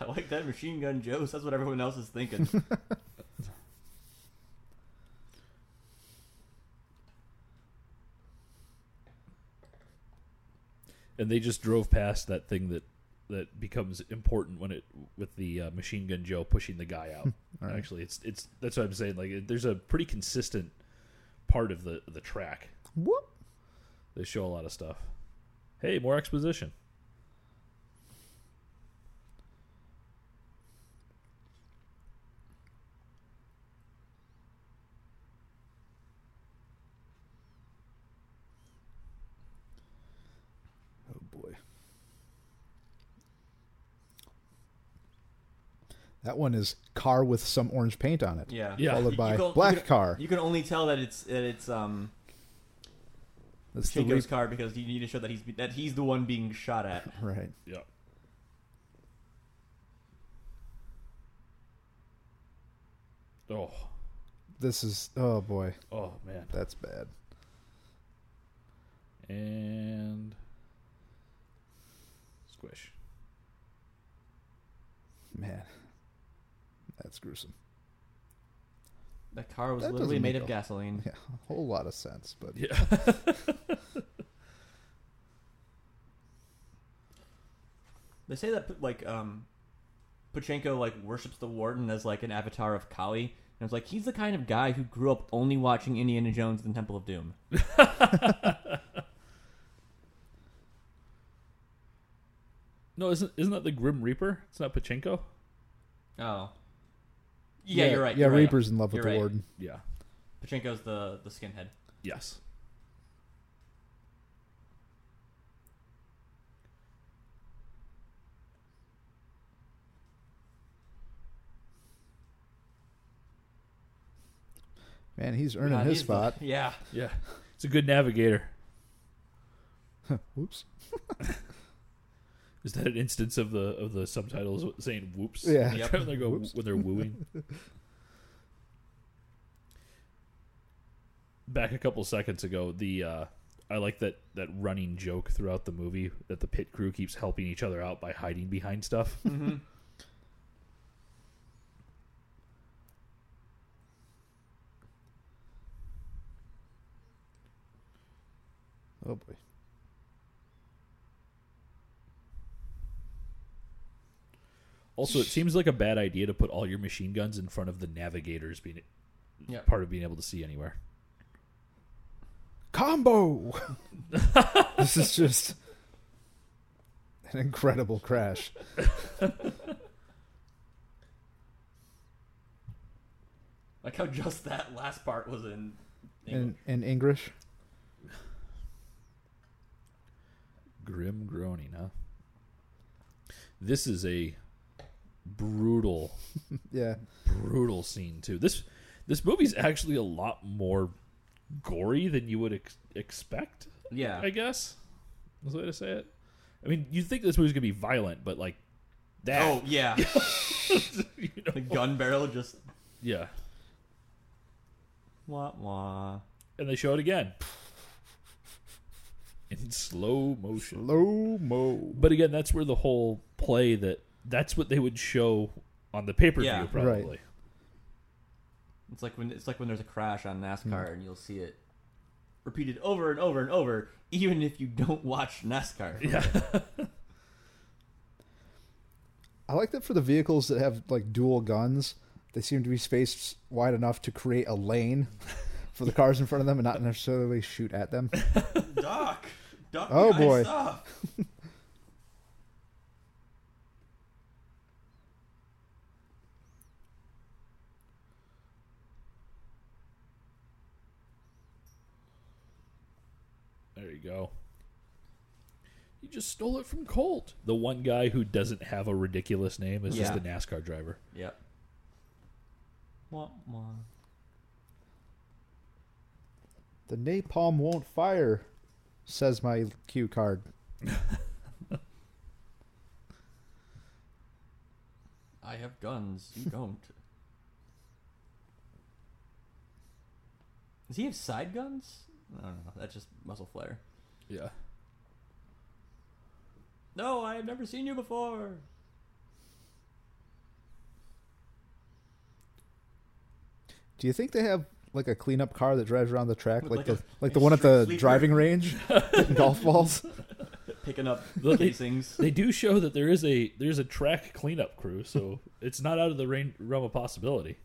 I like that machine gun Joe. So that's what everyone else is *laughs* thinking. And they just drove past that thing that that becomes important when it with the uh, machine gun Joe pushing the guy out. *laughs* All right. Actually, it's it's that's what I'm saying. Like, it- there's a pretty consistent part of the the track. Whoop. They show a lot of stuff. Hey, more exposition. oh boy that one is car with some orange paint on it yeah, Yeah. followed You- by you can- black you can, car You can only tell that it's that it's um that's the Chico's re- car because you need to show that he's that he's the one being shot at. right Yeah. Oh, this is oh boy oh man. that's bad And squish. man that's gruesome That car was That doesn't literally made make of a- gasoline. Yeah, a whole lot of sense, but Yeah. They say that like um, Pachenko like worships the warden as like an avatar of Kali, I was like, he's the kind of guy who grew up only watching Indiana Jones and the Temple of Doom. No, isn't isn't that the Grim Reaper? It's not Pachinko. Oh. Yeah, you're right. Yeah, you're right. Reaper's in love with You're the right. warden. Yeah. Pachinko's the, the skinhead. Yes. Man, he's earning God, his he's the- spot. *laughs* yeah. Yeah. It's a good navigator. Whoops. Is that an instance of the of the subtitles saying "whoops"? *laughs* Yeah. Yep. When they go Whoops. when they're wooing. Back a couple seconds ago, the uh, I like that that running joke throughout the movie that the pit crew keeps helping each other out by hiding behind stuff. Oh boy. Also, it seems like a bad idea to put all your machine guns in front of the navigators being Yeah. part of being able to see anywhere. Combo. *laughs* this is just an incredible crash. Like how just that last part was in. In in English. Grim groaning, huh? This is a brutal Yeah. brutal scene too. This this movie's actually a lot more gory than you would ex- expect. yeah. I guess is the way to say it. I mean, you think this movie's gonna be violent, but like that, Oh yeah, you know? the gun barrel just yeah. wah wah. And they show it again in slow motion. Low mo. But again, that's where the whole play that that's what they would show on the pay per view, Yeah. Right. probably. It's like when it's like when there's a crash on NASCAR Hmm. and you'll see it repeated over and over and over, even if you don't watch NASCAR. Yeah. I like that for the vehicles that have like dual guns, they seem to be spaced wide enough to create a lane *laughs* for the cars in front of them and not necessarily shoot at them. *laughs* Doc, Doc, Oh, behind boy. stuff. There you go. You just stole it from Colt. The one guy who doesn't have a ridiculous name is just Yeah. the NASCAR driver. Yep. Wah wah. The napalm won't fire, says my cue card. I have guns. *laughs* You don't. Does he have side guns? I don't know. That's just muzzle flare. Yeah. No, I have never seen you before. Do you think they have like a cleanup car that drives around the track, With, like, like, the a- like a the one at street the sweeper. *laughs* driving range, *laughs* hitting golf balls? Picking *laughs* up Look, they- casings. They do show that there is a there's a track cleanup crew, so *laughs* it's not out of the rain, realm of possibility.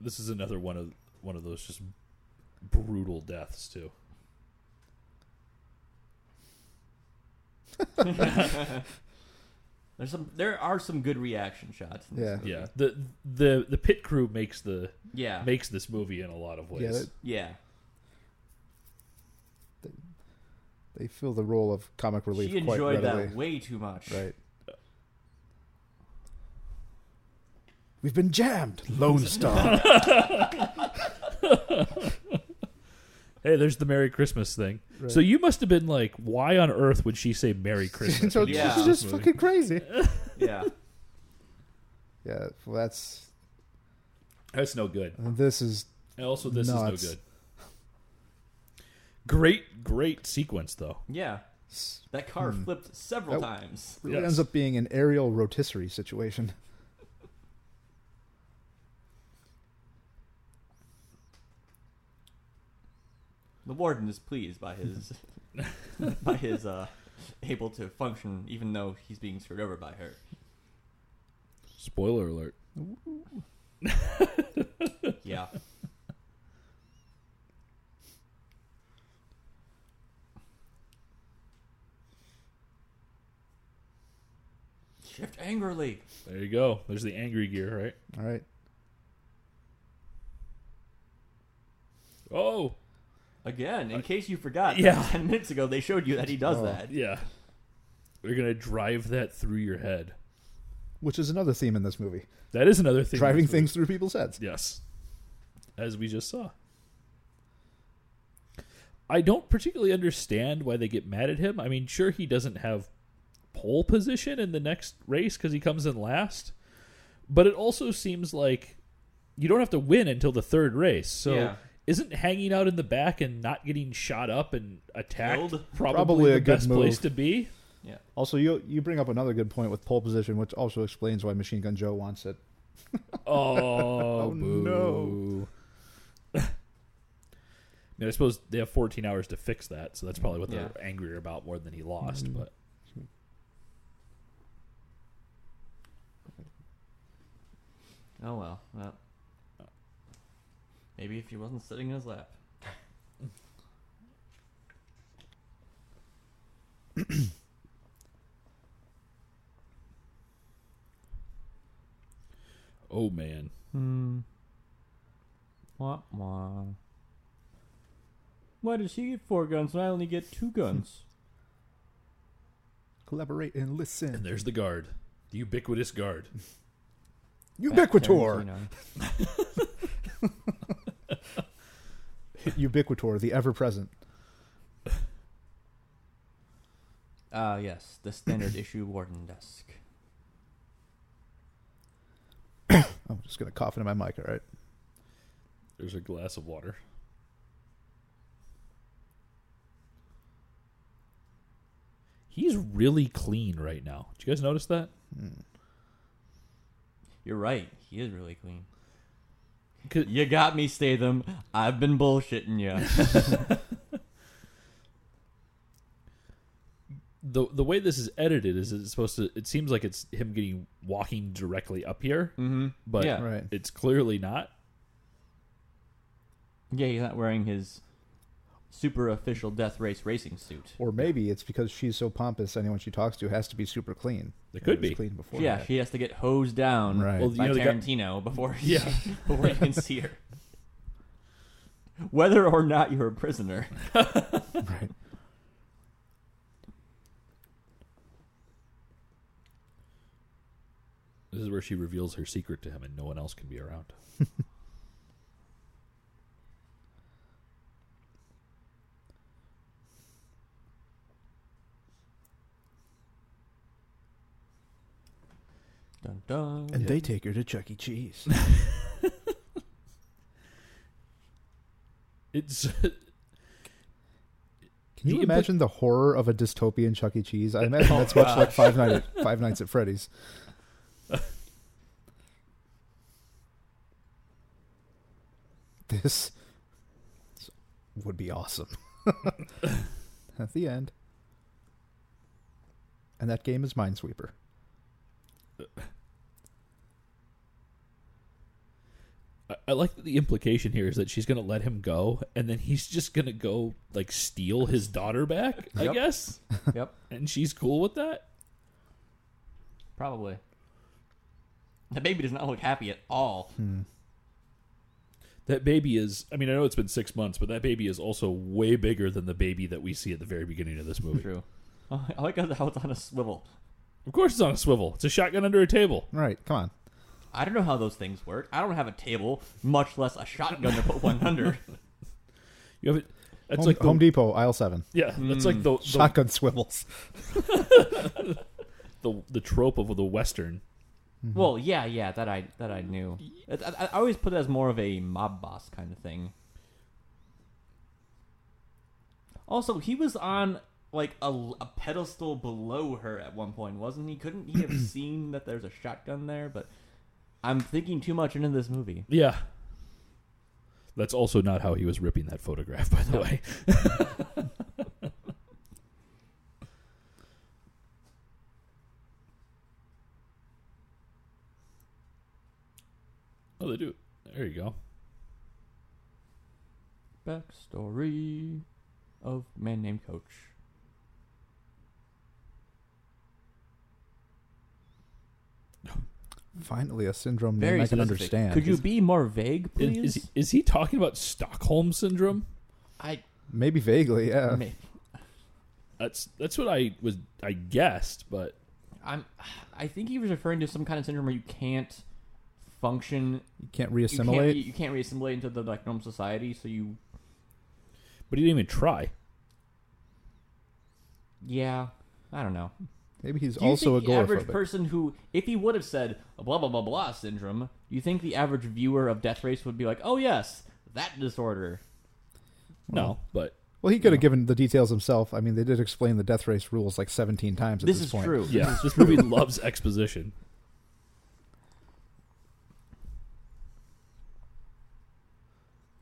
This is another one of one of those just brutal deaths too. There's some. There are some good reaction shots. in this Yeah. movie. Yeah. The the the pit crew makes the yeah, makes this movie in a lot of ways. Yeah, that- yeah. They feel the role of comic relief She quite enjoyed readily. that way too much. Right. We've been jammed, Lone *laughs* Star. Hey, there's the Merry Christmas thing. Right. So you must have been like, why on earth would she *laughs* say Merry Christmas? so when you Yeah. This watch is just this movie? fucking crazy. *laughs* Yeah, Yeah, well, that's That's no good. this is And also, this Nuts. is no good. Great, great sequence though. yeah. That car flipped several That- times. it Yes. ends up being an aerial rotisserie situation. The warden is pleased by his by his uh, able to function, even though he's being screwed over by her. Spoiler alert. Yeah. Shift angrily. There you go. There's the angry gear, right? All right. Oh, Again, in case you forgot, yeah. ten minutes ago they showed you that he does Oh. that. yeah. We're gonna drive that through your head. Which is another theme in this movie. That is another thing. Driving that's- things through people's heads. Yes. As we just saw. I don't particularly understand why they get mad at him. I mean, sure, he doesn't have pole position in the next race because he comes in last, but it also seems like you don't have to win until the third race. So, Yeah. isn't hanging out in the back and not getting shot up and attacked Killed? probably, Probably a the good best place move. to be? Yeah. Also, you you bring up another good point with pole position, which also explains why Machine Gun Joe wants it. Oh, boo. no. I, mean, I suppose they have 14 hours to fix that, so that's probably what they're Yeah. angrier about more than he lost. But Oh well. Well. Maybe if he wasn't sitting in his lap. oh man, Hmm. Wah, wah. Why does he get four guns and I only get two guns? Collaborate and and listen. there's the guard, the ubiquitous guard. Ubiquitor. Ubiquitor, the ever present. Ah, yes, the standard issue warden desk. I'm just gonna cough into my mic. All right. There's a glass of water. He's really clean right now. Did you guys notice that? You're right. He is really clean. 'Cause- You got me, Statham. I've been bullshitting you. the the way this is edited is it's supposed to it seems like it's him getting walking directly up here mm-hmm. but Yeah. Right. it's clearly not Yeah, he's not wearing his super official death race racing suit. Or maybe it's because she's so pompous. Anyone she talks to has to be super clean. It And could it was be. clean before. Yeah, she has to get hosed down Right. Well, by you know, the guy- Tarantino before he, Yeah. *laughs* before you can see her. Whether or not you're a prisoner. *laughs* right. this is where she reveals her secret to him and no one else can be around Dun, dun. And they take her to Chuck E. Cheese. it's *laughs* Can you The impli- imagine the horror of a dystopian Chuck E. Cheese? I imagine that's much like Five Nights at, Five Nights at Freddy's. *laughs* this would be awesome. *laughs* at the end, and that game is Minesweeper. I- I like that the implication here is that she's gonna let him go, and then he's just gonna go like steal his daughter back. I Yep. guess, Yep, and she's cool with that. probably. The baby does not look happy at all. Hmm. That baby is. I mean, I know it's been six months, but that baby is also way bigger than the baby that we see at the very beginning of this movie. True. Oh, I like how it's on a swivel. Of course, it's on a swivel. It's a shotgun under a table. All right, come on. I don't know how those things work. I don't have a table, much less a shotgun to put one under. You have it. That's Home, like the, Home Depot, aisle seven. Yeah, that's like the the, Shotgun swivels. the the trope of the western. Well, yeah, yeah, that I that I knew. I, I, I always put it as more of a mob boss kind of thing. Also, he was on like a, a pedestal below her at one point, wasn't he? Couldn't he have *clears throat* seen that there's a shotgun there? But I'm thinking too much into this movie. Yeah. That's also not how he was ripping that photograph, by the way. *laughs* oh, they do. There you go. Backstory of man named Coach. Finally, a syndrome name Very I can specific. understand. Could you be more vague, Is, please? is he- is he talking about Stockholm syndrome? I Maybe vaguely, Uh. yeah. may- That's that's what I was I guessed, but I'm I think he was referring to some kind of syndrome where you can't function You can't you can't, reassimilate. you can't reassimilate into the like normal society, so you but he didn't even try. yeah, I don't know. Maybe he's Do you also think the average agoraphobic. person who, if he would have said blah blah blah blah syndrome, you think the average viewer of Death Race would be like, oh yes, that disorder? no, *laughs* but well, he could have given the details himself. I mean, they did explain the death race rules like 17 times at this, This, is point. true. yeah, *laughs* this movie loves exposition.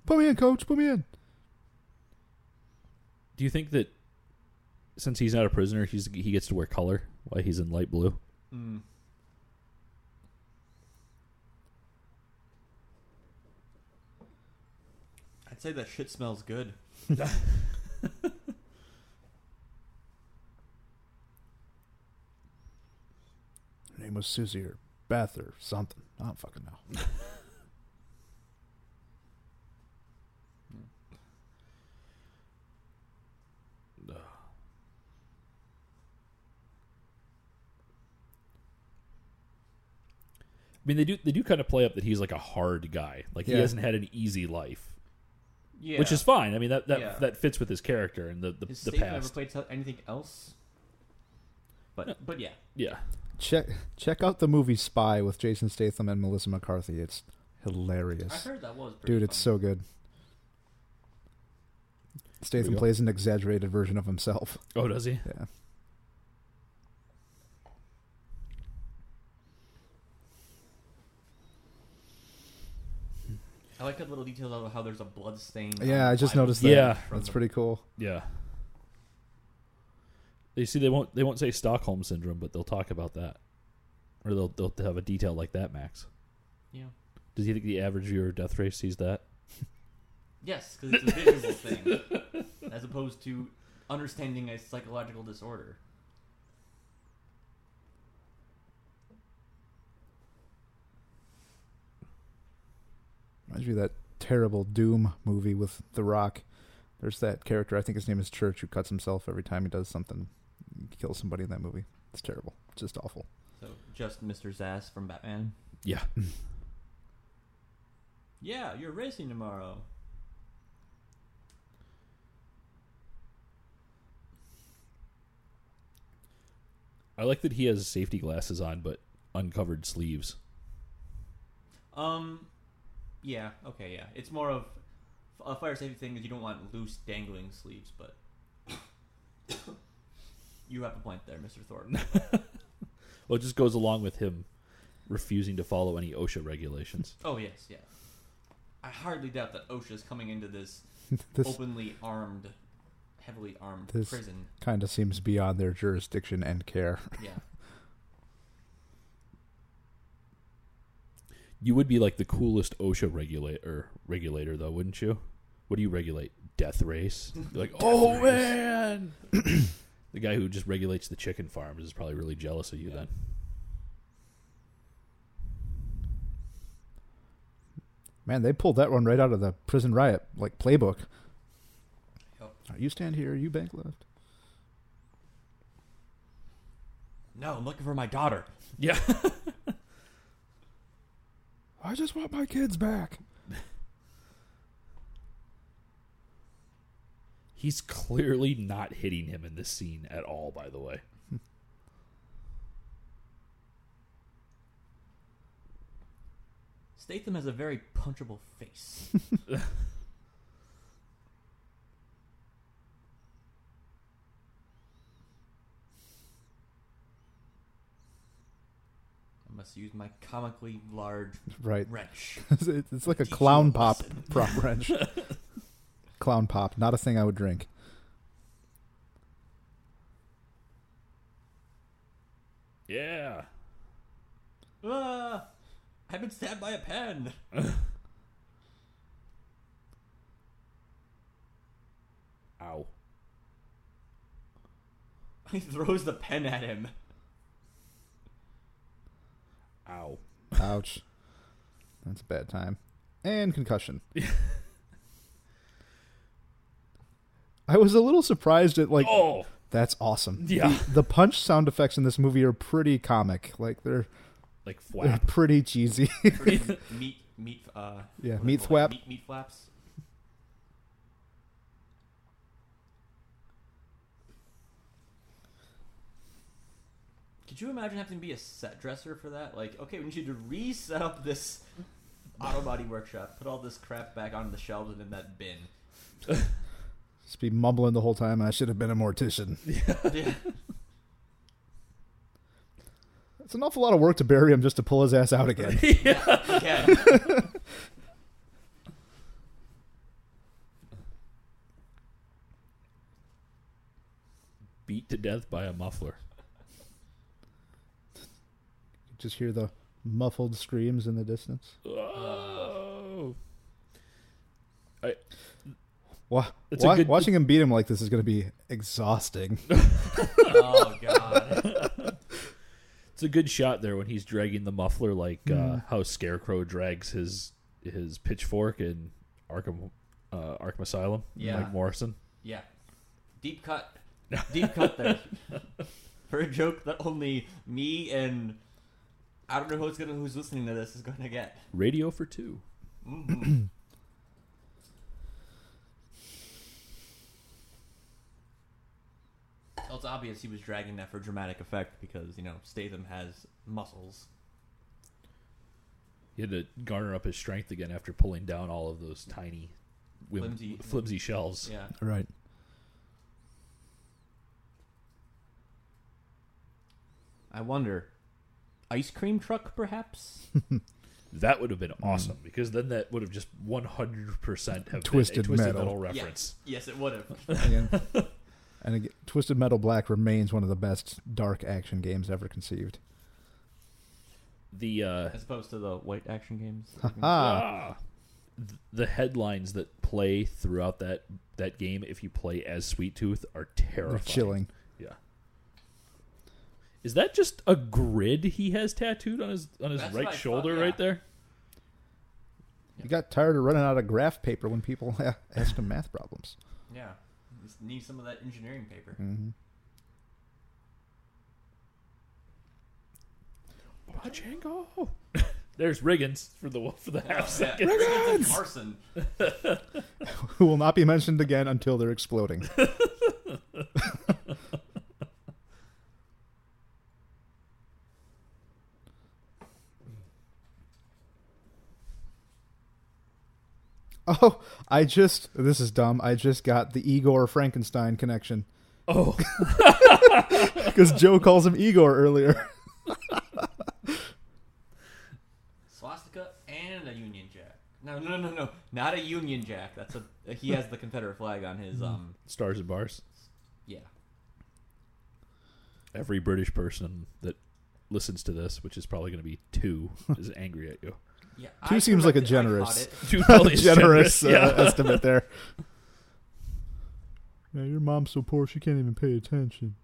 Put me in, coach. Put me in. Do you think that since he's not a prisoner, he's he gets to wear color? Why he's in light blue? Mm. I'd say that shit smells good. Her name was Susie or Beth or something. I don't fucking know. I mean, they do they do kind of play up that he's like a hard guy, like Yeah. he hasn't had an easy life, Yeah, which is fine. I mean that that, Yeah. that fits with his character and the the, Has the Statham ever past. played so- anything else? But but yeah, yeah, Check check out the movie Spy with Jason Statham and Melissa McCarthy. It's I hilarious. heard that was pretty Dude, it's funny. so good. Statham go. plays an exaggerated version of himself. Oh, does he? Yeah. I like the little details of how there's a blood stain. Yeah, on I just Bible noticed that. Yeah. from That's the- pretty cool. Yeah. They see they won't they won't say Stockholm syndrome, but they'll talk about that, or they'll they'll have a detail like that. Max, Yeah. does he think the average viewer of Death Race sees that? Yes, because *laughs* it's a visual thing, as opposed to understanding a psychological disorder. Reminds me of that terrible Doom movie with The Rock. There's that character, I think his name is Church, who cuts himself every time he does something. He kills somebody in that movie. It's terrible. It's just awful. *laughs* So just Mr. Zass from Batman. Yeah. *laughs* Yeah, you're racing tomorrow. I like that he has safety glasses on, but uncovered sleeves. Um, yeah, okay, yeah. It's more of a fire safety thing is you don't want loose dangling sleeves, but *coughs* you have a point there, Mr. *laughs* Thornton. Well, it just goes along with him refusing to follow any OSHA regulations. oh yes, yeah. I hardly doubt that OSHA's coming into this this openly armed, heavily armed This- prison. kind of seems beyond their jurisdiction and care. Yeah. You would be like the coolest OSHA regulator, regulator though, wouldn't you? What do you regulate? Death *laughs* race? You're like, oh *clears throat* man! the guy who just regulates the chicken farms is probably really jealous of you then. Man, they pulled that one right out of the prison riot like playbook. Yep. Alright, You stand here, you bank left. No, I'm looking for my daughter. Yeah. I just want my kids back. He's clearly not hitting him in this scene at all, by the way. Statham has a very punchable face. *laughs* Unless use my comically large Right. wrench. *laughs* it's, it's like a Teach you clown a pop lesson. prop *laughs* wrench. clown pop, not a thing I would drink. Yeah. Ah, I've been stabbed by a pen. *laughs* Ow. He throws the pen at him. Ow. Ouch. That's a bad time. And *laughs* concussion. I was a little surprised at like Oh. that's awesome. *laughs* Yeah. The, the punch sound effects in this movie are pretty comic. Like they're Like they're flap. pretty cheesy. *laughs* Pretty *laughs* meat, meat, uh, Yeah, what do meat they call it? thwap. meat, meat flaps. Could you imagine having to be a set dresser for that? Like, okay, we need you to reset up this auto body workshop, put all this crap back onto the shelves and in that bin. *laughs* Just be mumbling the whole time. I should have been a mortician. Yeah. It's an awful lot of work to bury him just to pull his ass out again. Again. Beat to death by a muffler. just hear the muffled screams in the distance. Oh. Wa- It's a wa- good- watching him beat him like this is going to be *laughs* exhausting. oh god. It's a good shot there when he's dragging the muffler, like Hmm. uh, how Scarecrow drags his his pitchfork in Arkham uh, Arkham Asylum. Yeah. Mike Morrison. Yeah. Deep cut. Deep cut *laughs* there. For a joke that only me and I don't know who's gonna who's listening to this is gonna get. Radio for two. *clears throat* Mhm. Well, it's obvious he was dragging that for dramatic effect because you know Statham has muscles. He had to garner up his strength again after pulling down all of those tiny, whim- Flimsy- flimsy, shelves. Yeah, Right. I wonder, ice cream truck perhaps? That would have Hmm. been awesome because then that would have just one hundred percent have been Twisted a twisted Metal. metal, reference. yes, it would have. Again. and again, Twisted Metal Black remains one of the best dark action games ever conceived. The uh, As opposed to the white action *laughs* games. Ah, ah, th- the headlines that play throughout that that game, if you play as Sweet Tooth, are they're terrifying. chilling. Yeah. Is that just a grid he has tattooed on his on his That's what right I shoulder thought, yeah. right there? You got tired of running out of graph paper when people *laughs* asked him math problems. Yeah. Just need some of that engineering paper. Mm. *laughs* Pachinko. *laughs* There's Riggins for the for Oh, the half *laughs* second. Riggins! Carson. Who will not be mentioned again until they're exploding. Oh, I just this is dumb. I just got the Igor Frankenstein connection Oh, because Joe calls him Igor earlier. *laughs* Swastika and a Union Jack. No, no, no, no, no. Not a Union Jack. That's a he has the Confederate flag on his Mm. um stars and bars. yeah. Every British person that listens to this, which is probably going to be two, is angry at you. Yeah. Two seems like a corrected- I generous- caught it. Two probably *laughs* is Generous uh, Yeah. estimate there. Yeah, your mom's so poor she can't even pay attention.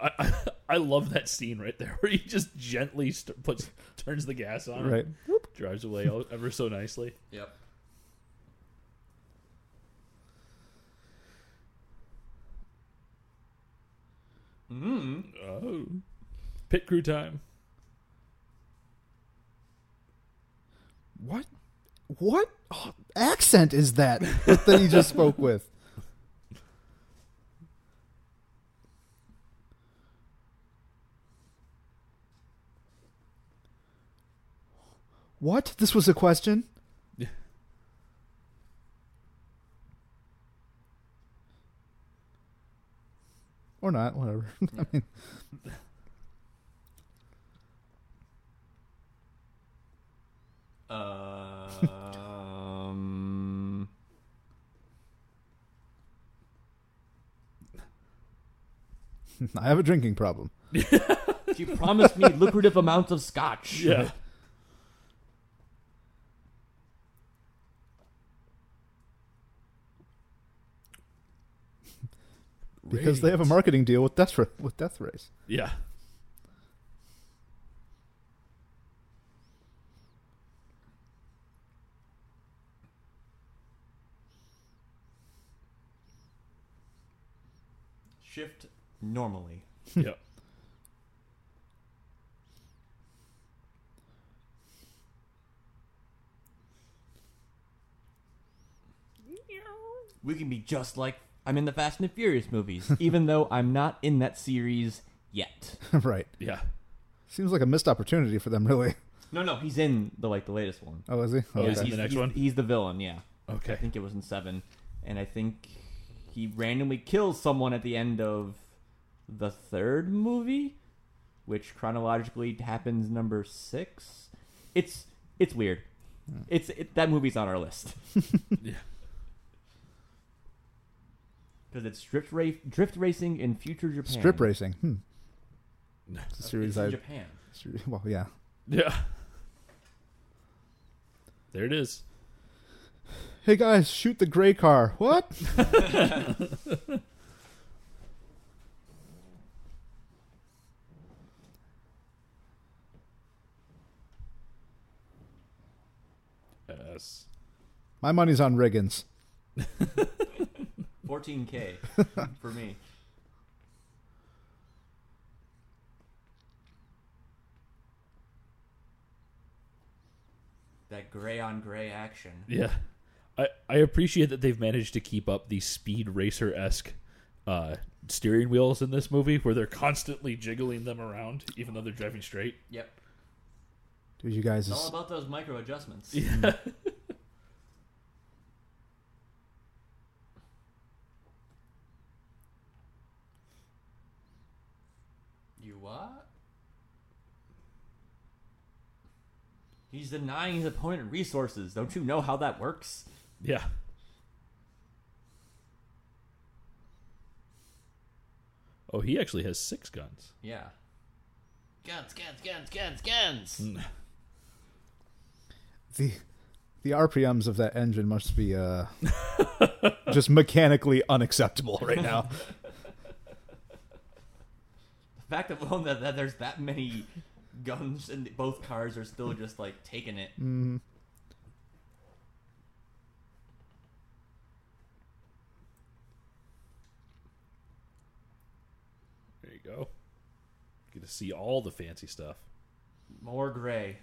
I, I, I love that scene right there where he just gently st- puts turns the gas on, Right. drives away all- ever so nicely. Yep. Mm. Oh, pit crew time. What? What Oh, accent is *laughs* that that you just spoke with? What? This was a question? or not, whatever. *laughs* I mean, um, I have a drinking problem. she promised me lucrative amounts of scotch. Yeah. *laughs* Because they have a marketing deal with Death Ra- with Death Race. *laughs* Yeah. Shift normally. Yeah. We can be just like I'm in the Fast and the Furious movies, even though I'm not in that series yet. *laughs* right. Yeah. Seems like a missed opportunity for them, really. *laughs* No, no, he's in the like the latest one. Oh, is he? Oh, is Yeah, Okay. he? in the next he's, one? He's the villain, yeah. I Okay. think it was in seven, and I think he randomly kills someone at the end of the third movie, which chronologically happens number six. It's it's weird. Hmm. It's it, that movie's on our *laughs* list. Yeah. Because it's drift, ra- drift racing in future Japan. Strip racing. Hmm. No. It's a in series I. Japan. ser- Well, yeah. Yeah. There it is. Hey guys, shoot the gray car. What? Yes. My money's on Riggins. 14k for me. That gray on gray action. Yeah. I, I appreciate that they've managed to keep up the speed racer esque uh, steering wheels in this movie where they're constantly jiggling them around even though they're driving straight. Yep. Dude, you guys It's all is about those micro adjustments. *laughs* you what? He's denying his opponent resources. Don't you know how that works? Yeah. Oh, he actually has six guns. Yeah. Guns, guns, guns, guns, guns. the the RPMs of that engine must be *laughs* uh just mechanically unacceptable *laughs* right now. The fact alone that, that there's that many guns and both cars are still just like taking it. There you go. Get to see all the fancy stuff. More gray.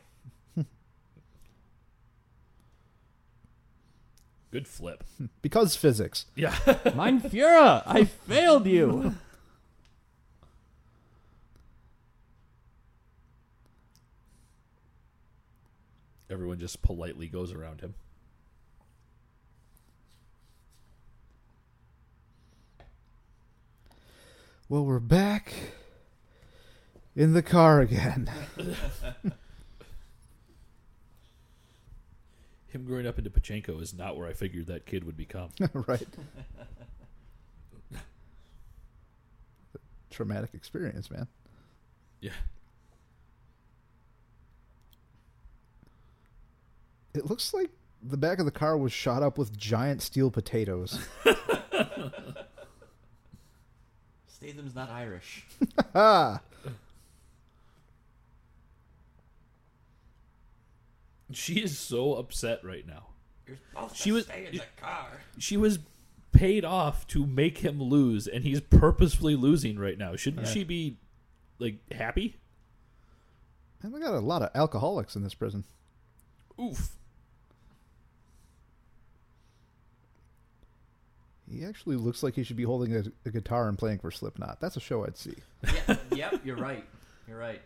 Good flip. Because physics. Yeah. Mein Führer, I failed you. Everyone just politely goes around him. Well, we're back in the car again. *laughs* Him growing up into Pachenko is not where I figured that kid would become. *laughs* right. Traumatic experience, man. yeah. It looks like the back of the car was shot up with giant steel potatoes. Statham's not Irish. ah, She is so upset right now. You're supposed She to was- stay in the car. She was paid off to make him lose, and he's purposefully losing right now. Shouldn't she be like happy? man, we got a lot of alcoholics in this prison. Oof. He actually looks like he should be holding a, a guitar and playing for Slipknot. That's a show I'd see. yeah, yep, you're right. You're right.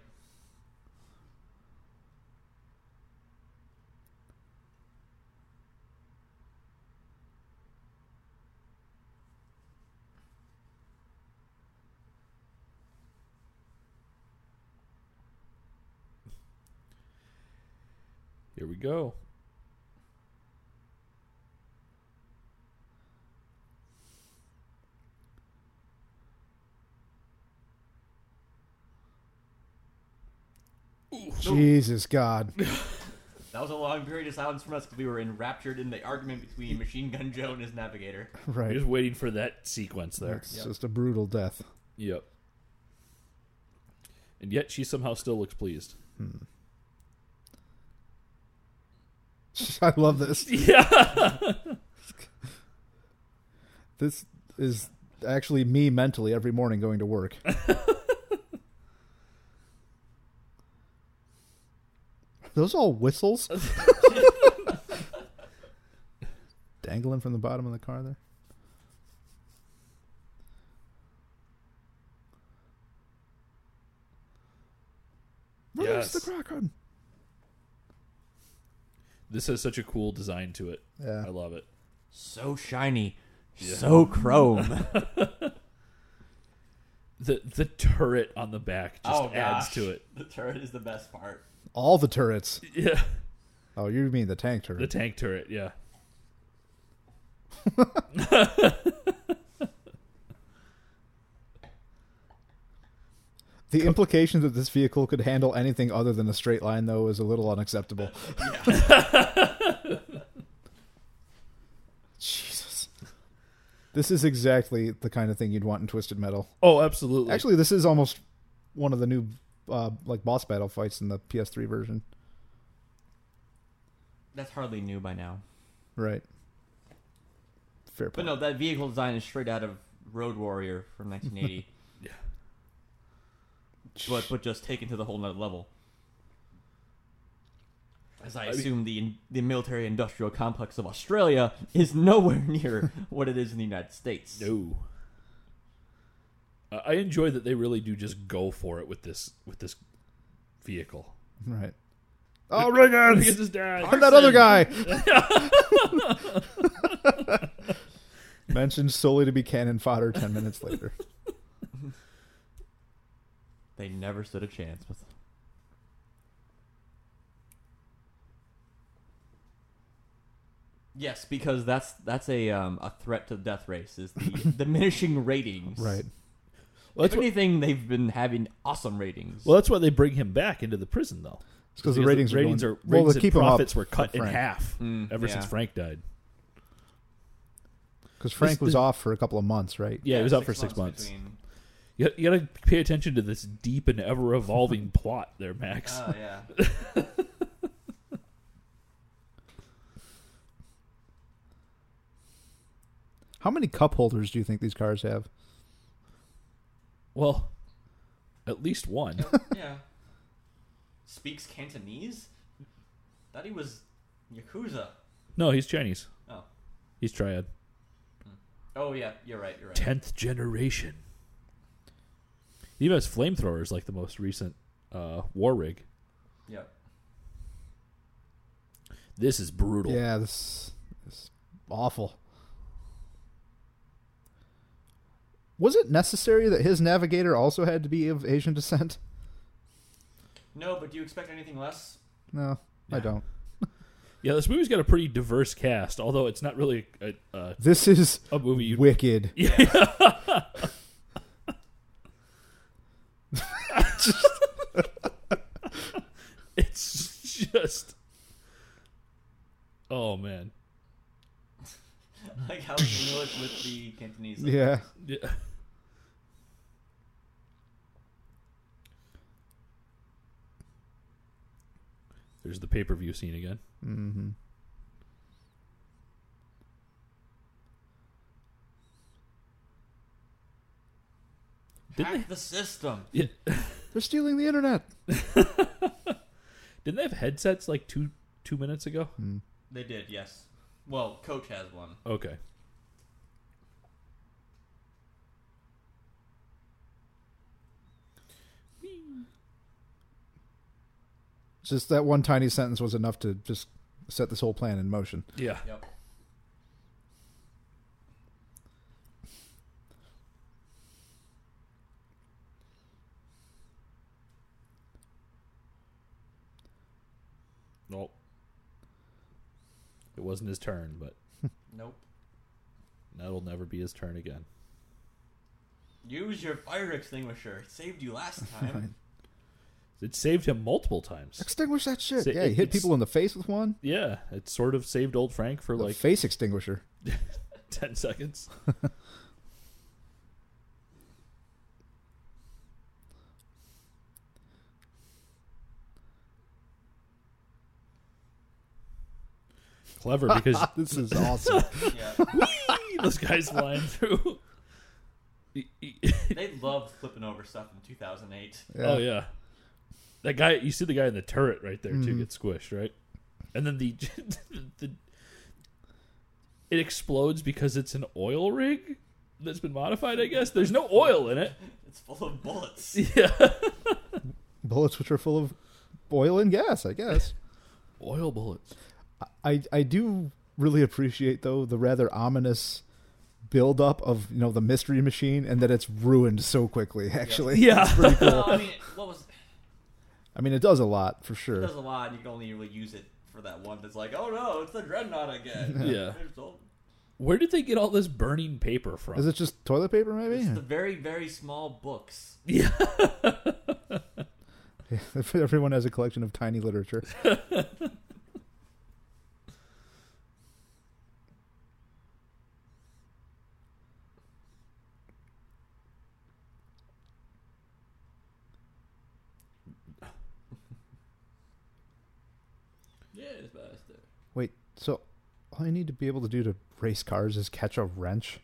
go. Jesus God. That was a long period of silence from us because we were enraptured in the argument between Machine Gun Joe and his navigator. *laughs* I'm Right. just waiting for that sequence there. It's just a brutal death. Yep. And yet she somehow still looks pleased. Hmm. *laughs* I love this. *laughs* Yeah. This is actually me mentally every morning going to work. Those all whistles dangling from the bottom of the car there. Release Yes. the Kraken. This has such a cool design to it. Yeah. I love it. So shiny, so *laughs* chrome. The the turret on the back just oh, gosh. adds to it. The turret is the best part. All the turrets. Yeah. Oh, you mean the tank The turret? tank turret, yeah. the implication that this vehicle could handle anything other than a straight line, though, is a little unacceptable. Jesus, this is exactly the kind of thing you'd want in Twisted Metal. Oh, absolutely. Actually, this is almost one of the new uh, like boss battle fights in the PS3 version, That's hardly new by now. right? Fair But point. no, that vehicle design is straight out of Road Warrior from 1980, but but just taken to the whole nother level. As I mean- assume the the military industrial complex of Australia is nowhere *laughs* near what it is in the United States. No. I I enjoy that they really do just go for it with this with this *laughs* vehicle. right. Oh, Reagan! Because it's dad. And that other guy. *laughs* Mentioned solely to be cannon fodder ten minutes later. They never stood a chance with. Yes, because that's that's a um, a threat to the death race is *laughs* the diminishing ratings. Right. Well, if that's, what, anything, they've been having awesome ratings. well, that's why they bring him back into the prison, though. It's because the ratings, ratings are, are going, well, ratings to and keep profits were cut in Frank. half Mm, ever yeah. since Frank died. Because Frank This- was *laughs* this- off for a couple of months, right? Yeah, he was out for six months. between- You, you gotta pay attention to this deep and ever evolving *laughs* plot there, Max. *laughs* Oh yeah. How many cup holders do you think these cars have? well, at least one. yeah. Speaks Cantonese. Thought he was yakuza. no, he's Chinese. Oh. He's triad. Oh yeah, you're right. You're right. tenth generation. He even has flamethrowers like the most recent uh, war rig. Yep. This is brutal. Yeah, this is awful. Was it necessary that his navigator also had to be of Asian descent? *laughs* No, but do you expect anything less? *laughs* No, I Yeah. don't. Yeah, this movie's got a pretty diverse cast, although it's not really a, a, This is a movie you. wicked. Yeah. *laughs* it's just. Oh man. Like how English with the Cantonese. Yeah. Yeah. There's the pay per view scene again. Mm-hmm. Didn't Hack the system. Yeah. They're stealing the internet. Didn't they have headsets like two two minutes ago? Hmm. They did, yes. Well, Coach has one. Okay. Just that one tiny sentence was enough to just set this whole plan in motion. Yeah. Yep. Nope. It wasn't his turn, but Nope. that'll never be his turn again. Use your fire extinguisher. It saved you *laughs* last time. It saved him multiple times. Extinguish that shit. So yeah, he it- hit it's- people in the face with one. Yeah, it sort of saved old Frank for The like face extinguisher. 10 seconds. Clever because *laughs* This *laughs* is awesome. Oh, yeah. those guys flying through. E- e- They loved flipping over stuff in 2008. Oh yeah, that guy. You see the guy in the turret right there Mm-hmm. too get squished right, and then the, *laughs* the it explodes because it's an oil rig that's been modified. I guess there's no oil *laughs* in it. It's full of bullets. *laughs* Yeah, Bullets which are full of oil and gas, I guess. oil bullets. *laughs* I I do really appreciate though the rather ominous buildup of you know the mystery machine and that it's ruined so quickly actually Yeah, well, *laughs* I mean, what was? i mean it does a lot for It sure does a lot. and You can only really use it for that one. That's like, oh no, it's the dreadnought again. *laughs* yeah. There's all- Where did they get all this burning paper from? is it just toilet paper maybe It's the very, very small books. yeah, *laughs* everyone has a collection of tiny literature Yeah, it's faster. wait so all i need to be able to do to race cars is catch a wrench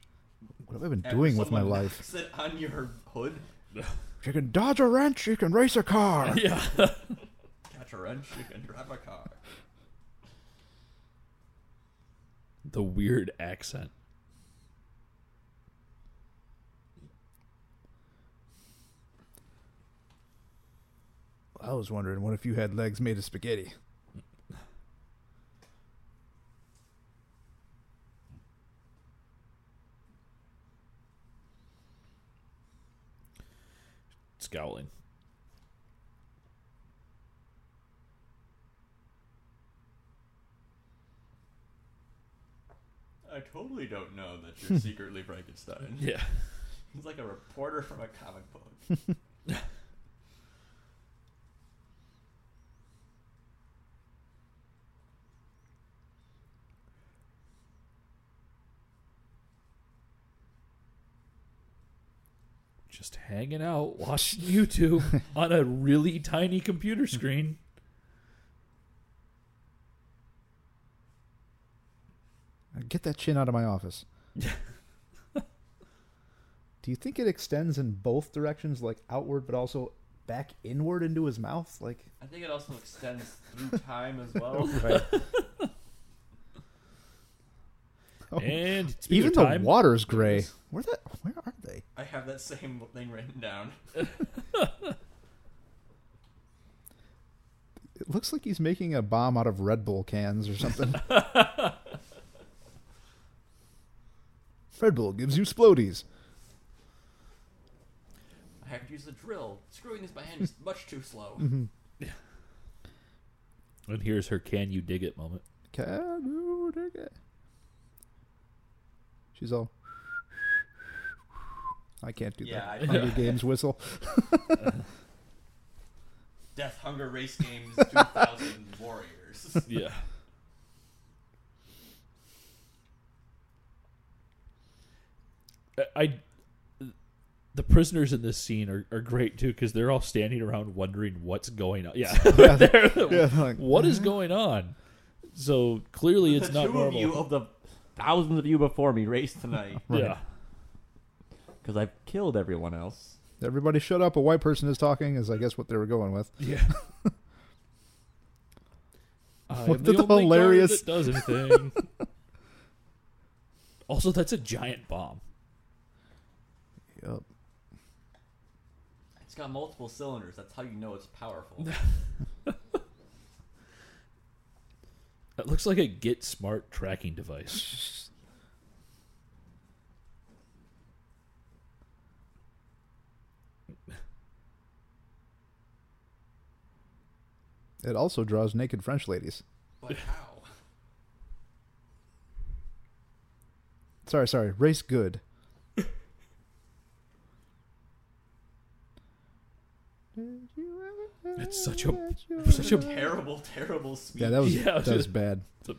what have i been doing with *laughs* my life Sit on your hood. if you can dodge a wrench you can race a car *laughs* yeah. Catch a wrench. You can drive a car. the weird accent. i was wondering what if you had legs made of spaghetti scowling. I totally don't know that *laughs* you're secretly Frankenstein. Yeah. He's like a reporter from a comic book. Just hanging out, watching *laughs* YouTube on a really tiny computer screen. Get that chin out of my *laughs* office. Do you think it extends in both directions, like outward, but also back inward into his mouth? Like, I think it also extends *laughs* through time as well. right. *laughs* Oh, And speaking even of the time, water's gray. Where that? Where are they? I have that same thing written down. It looks like he's making a bomb out of Red Bull cans or *laughs* something. Red Bull gives you splodies. I have to use the drill. Screwing this by hand is much too slow. Mhm. and here's her "Can you dig it?" moment. Can you dig it? She's all. I can't do Yeah, that. I- Hunger *laughs* *laughs* Games whistle. Death Hunger Race Games 2000 *laughs* Warriors. Yeah. I the prisoners in this scene are, are great too because they're all standing around wondering what's going on. Yeah, *laughs* They're- Yeah, *laughs* like, what is going on? So clearly, it's the not two normal. of you of the thousands of you before me race *laughs* tonight Yeah, because I've killed everyone else. Everybody shut up. A white person is talking, is I guess what they were going with. yeah. *laughs* I am What the only guard hilarious- that does *laughs* anything. also, that's a giant bomb. Yep. It's got multiple cylinders. That's how you know it's *laughs* powerful. It looks like a Get Smart tracking device. It also draws naked French ladies. *laughs* But how? Sorry, sorry. Race good. Did you ever That's such have a- that you such a- ever- Terrible, terrible speech. Yeah, that was *laughs* Yeah, that just- was bad. it's a-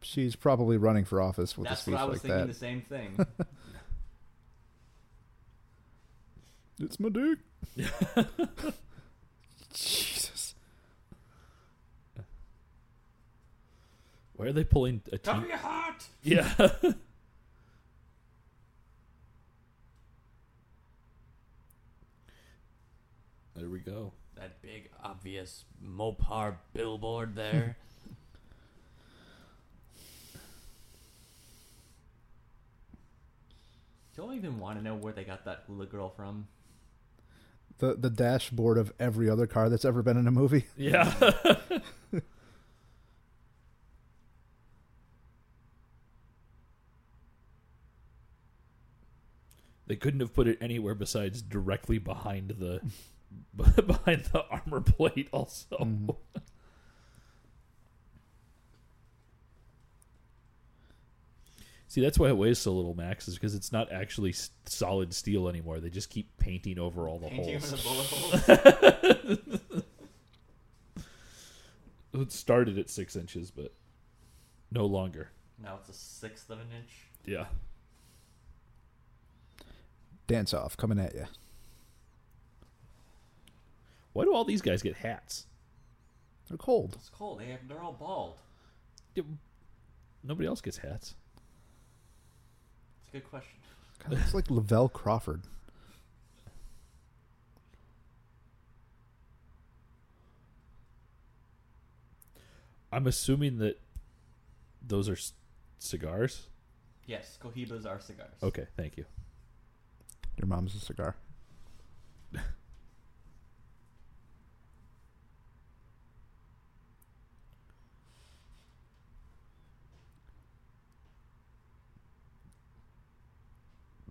She's probably running for office with a That's speech what I was like thinking. that. The same *laughs* thing. It's my dick. Jesus. Why are they pulling a Cover *laughs* team? your heart. Yeah. there we go. That big, obvious Mopar billboard *laughs* there. Don't even want to know where they got that hula girl from. The the dashboard of every other car that's ever been in a movie. *laughs* Yeah. *laughs* they couldn't have put it anywhere besides directly behind the *laughs* behind the armor plate also. Mhm. See, that's why it weighs so little, Max, is because it's not actually s- solid steel anymore. They just keep painting over all the Painting holes. over the bullet *laughs* holes. It started at six inches, but no longer. now it's a sixth of an inch. Yeah. Dance off coming at you. Why do all these guys get hats? They're cold. It's cold. They they're all bald. Yeah, Nobody else gets hats. It's a good question. God, *laughs* it's like Lavelle Crawford. I'm assuming that those are c- cigars. Yes, Cohibas are cigars. Okay, thank you. Your mom's a cigar.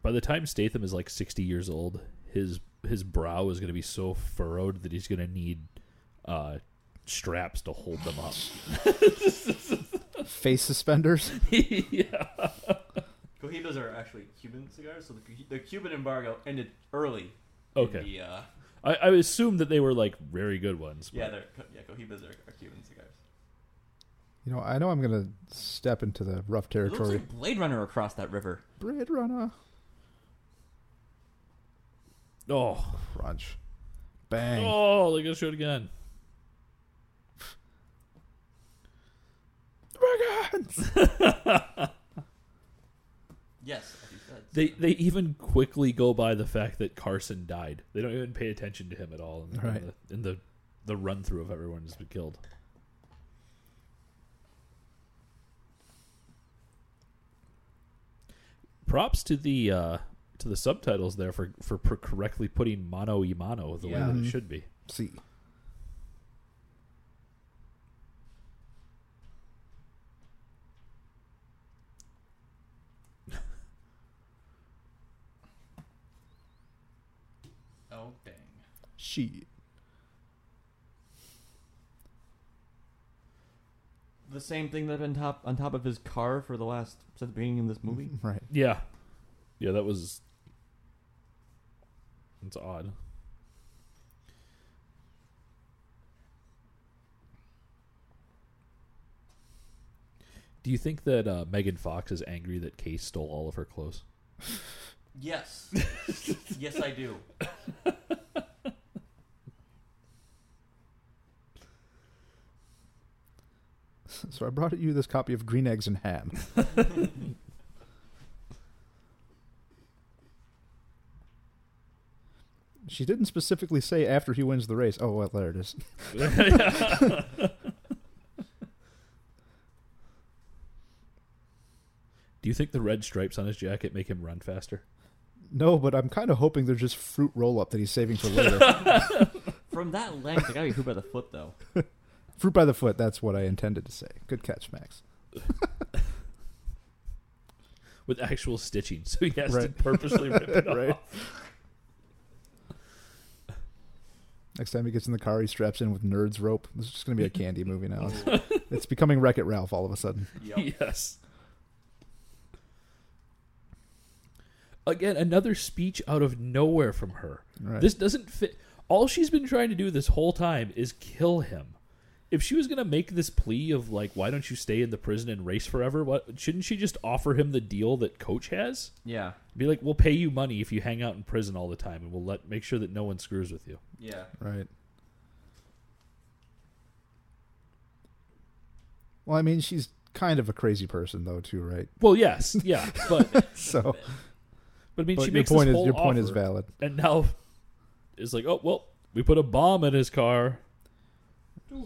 By the time Statham is like 60 years old, his his brow is going to be so furrowed that he's going to need uh, straps to hold them up. Face suspenders. yeah. Cohibas are actually Cuban cigars, so the, Cohi- the Cuban embargo ended early. in Okay. the, uh, I, I assume that they were like very good ones. but- yeah, they're, yeah, Cohibas are, are Cuban cigars. You know, I know I'm gonna step into the rough It looks territory. like Blade Runner across that river. Bread runner. Oh, Crunch. Bang. oh, they're going to shoot again. Yes, as you said. They they even quickly go by the fact that Carson died. They don't even pay attention to him at all in, Right. in the in the, the run through of everyone who's been killed. Props to the uh, to the subtitles there for for pro- correctly putting mono imano the Yeah. way that Mhm. it should be. See. Oh dang! She. The same thing that's been top on top of his car for the last since the beginning of this movie. *laughs* Right. Yeah, yeah, that was. It's odd. Do you think that uh, Megan Fox is angry that Case stole all of *laughs* her clothes? *laughs* yes, yes, I do. So I brought you this copy of Green Eggs and Ham. she didn't specifically say after he wins the race. Oh, well, there it is. Do you think the red stripes on his jacket make him run faster? No, but I'm kind of hoping they're just fruit roll up that he's saving for later. From that length, I gotta be who by the foot *laughs* though. fruit by the foot, that's what I intended to say. Good catch, Max. With actual stitching, so he has Right. to purposely *laughs* rip it Right. off. Next time he gets in the car, he straps in with Nerd's rope. This is just going to be a candy movie now. *laughs* It's, it's becoming Wreck It Ralph all of a sudden. Yep. Yes. Again, another speech out of nowhere from her. Right. This doesn't fit. All she's been trying to do this whole time is kill him. If she was going to make this plea of like, why don't you stay in the prison and race forever? What shouldn't she just offer him the deal that Coach has? Yeah. Be like, we'll pay you money if you hang out in prison all the time, and we'll let make sure that no one screws with you. Yeah. Right. Well, I mean, she's kind of a crazy person, though, too, right? *laughs* Well, yes, yeah, but but So, I mean, but she your makes point this is whole your point is offer, valid. and now it's like, oh well, we put a bomb in his car. I'm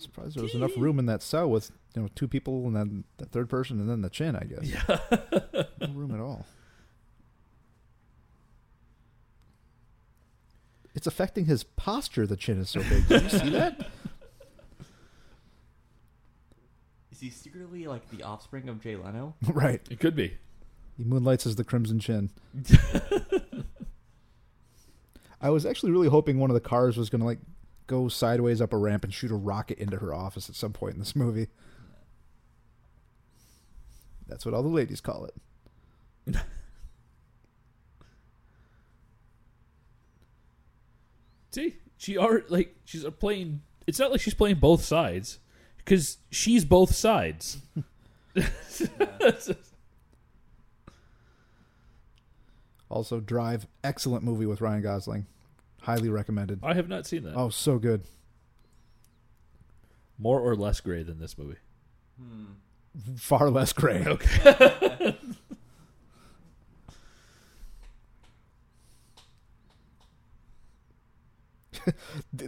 surprised there was enough room in that cell with you know two people and then the third person and then the chin. I guess. Yeah. *laughs* no room at all. It's affecting his posture. The chin is so big. *laughs* Did you see that? Is he secretly like the offspring of Jay Leno? right. It could be. He moonlights as the Crimson Chin. I was actually really hoping one of the cars was going to like go sideways up a ramp and shoot a rocket into her office at some point in this movie. That's what all the ladies call it. See, she are like she's playing. It's not like she's playing both sides because she's both sides. Also, Drive, excellent movie with Ryan Gosling. Highly recommended. I have not seen that. Oh, so good. More or less gray than this movie. Hmm. Far less gray. Okay. *laughs* Th-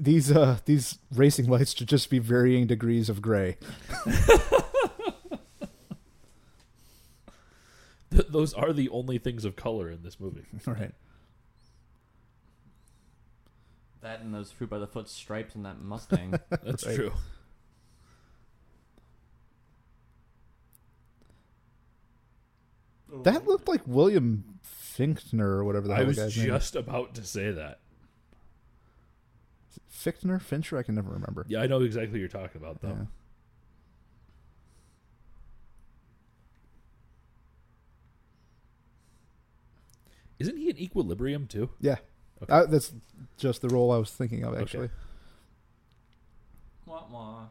These uh these racing lights should just be varying degrees of *laughs* gray. Th- those are the only things of color in *laughs* this movie. right. That and those fruit by the foot stripes and that Mustang. That's Right. true. *laughs* That looked like William Fichtner or whatever the hell I the was guy's name is. just about to say that. Fichtner? Fincher? I can never remember. Yeah, I know exactly what you're talking about, though. Yeah. Isn't he in Equilibrium too? Yeah. Okay. Uh, that's just the role I was thinking of, actually. Wah, wah.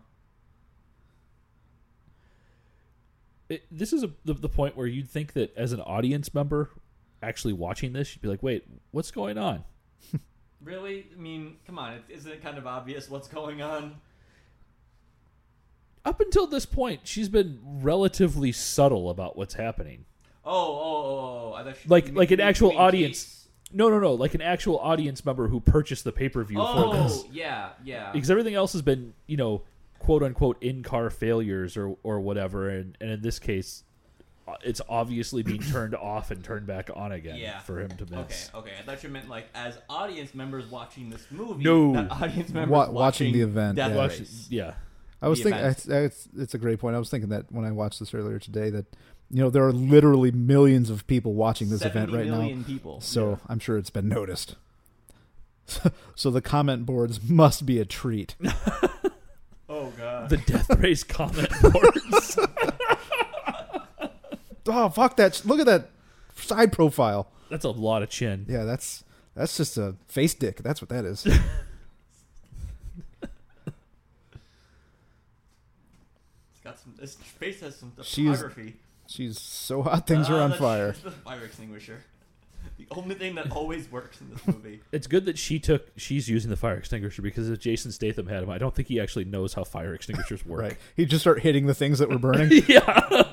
It, this is a, the, the point where you'd think that as an audience member, actually watching this, you'd be like, "Wait, what's going on?" Really? I mean, come on. it- Isn't it kind of obvious what's going on? Up until this point, she's been relatively subtle about what's happening. Oh, oh, oh, oh. I thought she, Like- you like an you actual mean audience. Jace. No, no, no. Like an actual audience member who purchased the pay per view for this. Oh, yeah, yeah. because everything else has been you know quote unquote in car failures or or whatever and, and in this case uh, it's *coughs* obviously being turned off and turned back on again Yeah. for him to Okay, miss okay. I thought you meant like as audience members watching this movie. No. not audience members Wa- watching, watching the event, Death yeah. Race. yeah I was The thinking, event. it's, it's, it's a great point. I was thinking that when I watched this earlier today, that, you know, there are literally millions of people watching this event 70 right now. million people. So Yeah. I'm sure it's been noticed. *laughs* so the comment boards must be *laughs* a treat. Oh god. the death *laughs* race comment boards *laughs* oh, fuck that. Look at that side profile. that's a lot of chin Yeah, that's that's just a face dick. That's what that *laughs* is. It's got some. This face has some She is- topography. She's so hot, things are Ah, on that's- fire. it's The *laughs* fire extinguisher. The only thing that always works in this movie. it's good that she took she's using the fire extinguisher because if jason statham had him i don't think he actually knows how fire extinguishers work Right. He'd just start hitting the things that were *laughs* burning. *laughs* yeah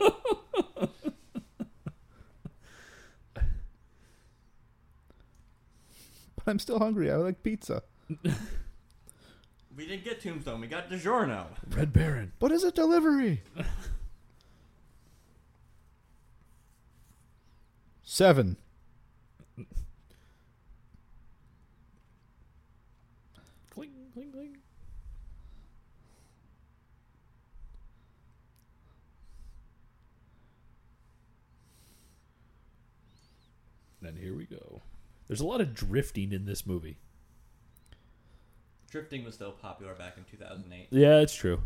but I'm still hungry. I like pizza. We didn't get Tombstone. We got DiGiorno. red baron But is it delivery? Seven. cling, cling, cling. And here we go. There's a lot of drifting in this movie. Drifting was still popular back in 2008. Yeah, it's true.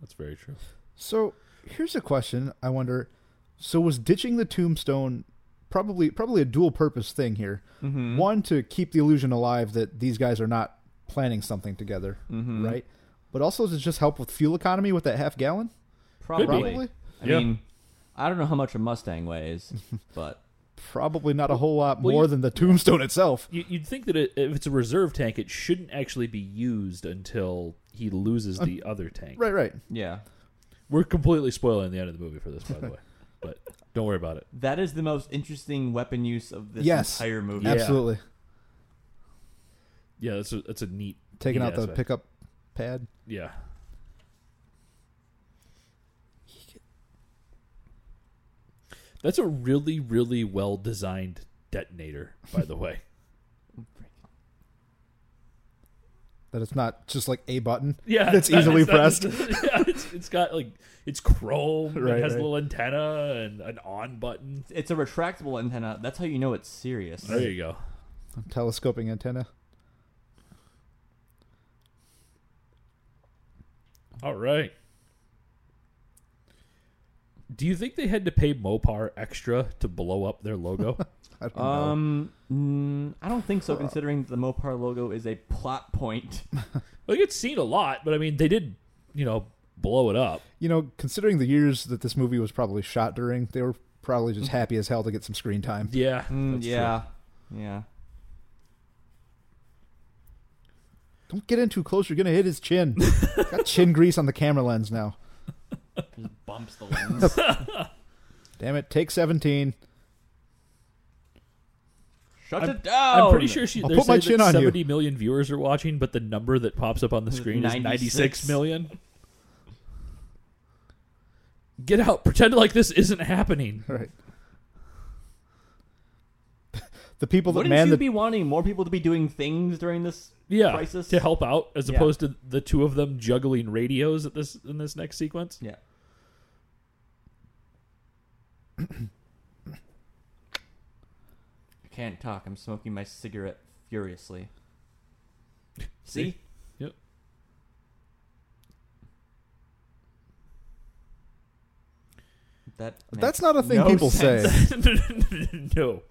That's very true. So here's a question. I wonder. So was ditching the tombstone probably probably a dual purpose thing here. Mm-hmm. One to keep the illusion alive that these guys are not planning something together, Mm-hmm. right? But also to just help with fuel economy with that half gallon. Probably. Probably. I Yeah. mean, I don't know how much a Mustang weighs, *laughs* but Probably not a whole lot Well, more you- than the tombstone itself. You, you'd think that it, if it's a reserve tank, it shouldn't actually be used until he loses *laughs* the other tank. Right, right. yeah, We're completely spoiling the end of the movie for this, by the way. But don't worry about it. that is the most interesting weapon use of this Yes. entire movie. Yeah. Absolutely. Yeah, that's a, that's a neat Taking neat out the aspect. pickup pad. Yeah. That's a really, really well designed detonator, by the way. That it's not just like a button. *laughs* Yeah, That's it's not- easily it's not- pressed. *laughs* yeah, it's, it's got like it's chrome. Right, it has right. a little antenna and an on button. It's a retractable antenna. That's how you know it's serious. There you go. telescoping antenna. All right. Do you think they had to pay Mopar extra to blow up their *laughs* logo? I don't know. Um, mm, I don't think so. Considering the Mopar logo is a plot *laughs* point. like it's seen a lot, but I mean they did, you know, blow it up. You know, considering the years that this movie was probably shot during, they were *laughs* probably just happy as hell to get some screen time. Yeah. Mm, that's true. yeah, yeah. Don't get in too close. You're gonna hit his *laughs* chin. Got chin grease on the camera lens now. Just bumps the lens. Damn it! Take seventeen. Shut I'm- it down. I'm pretty sure she. Oh, I'll there's put my like chin on you. 70 million viewers are watching, but the number that pops up on the screen is 96 96 million. Get out! Pretend like this isn't *laughs* happening. All right. The people that Wouldn't man you the be wanting more people to be doing things during this? Yeah, Crisis? to help out, as Yeah. opposed to the two of them juggling radios at this in this next sequence. *coughs* Yeah. I can't talk. I'm smoking my cigarette furiously. See? Yep. That makes That's not a thing no people sense. say. *laughs* no,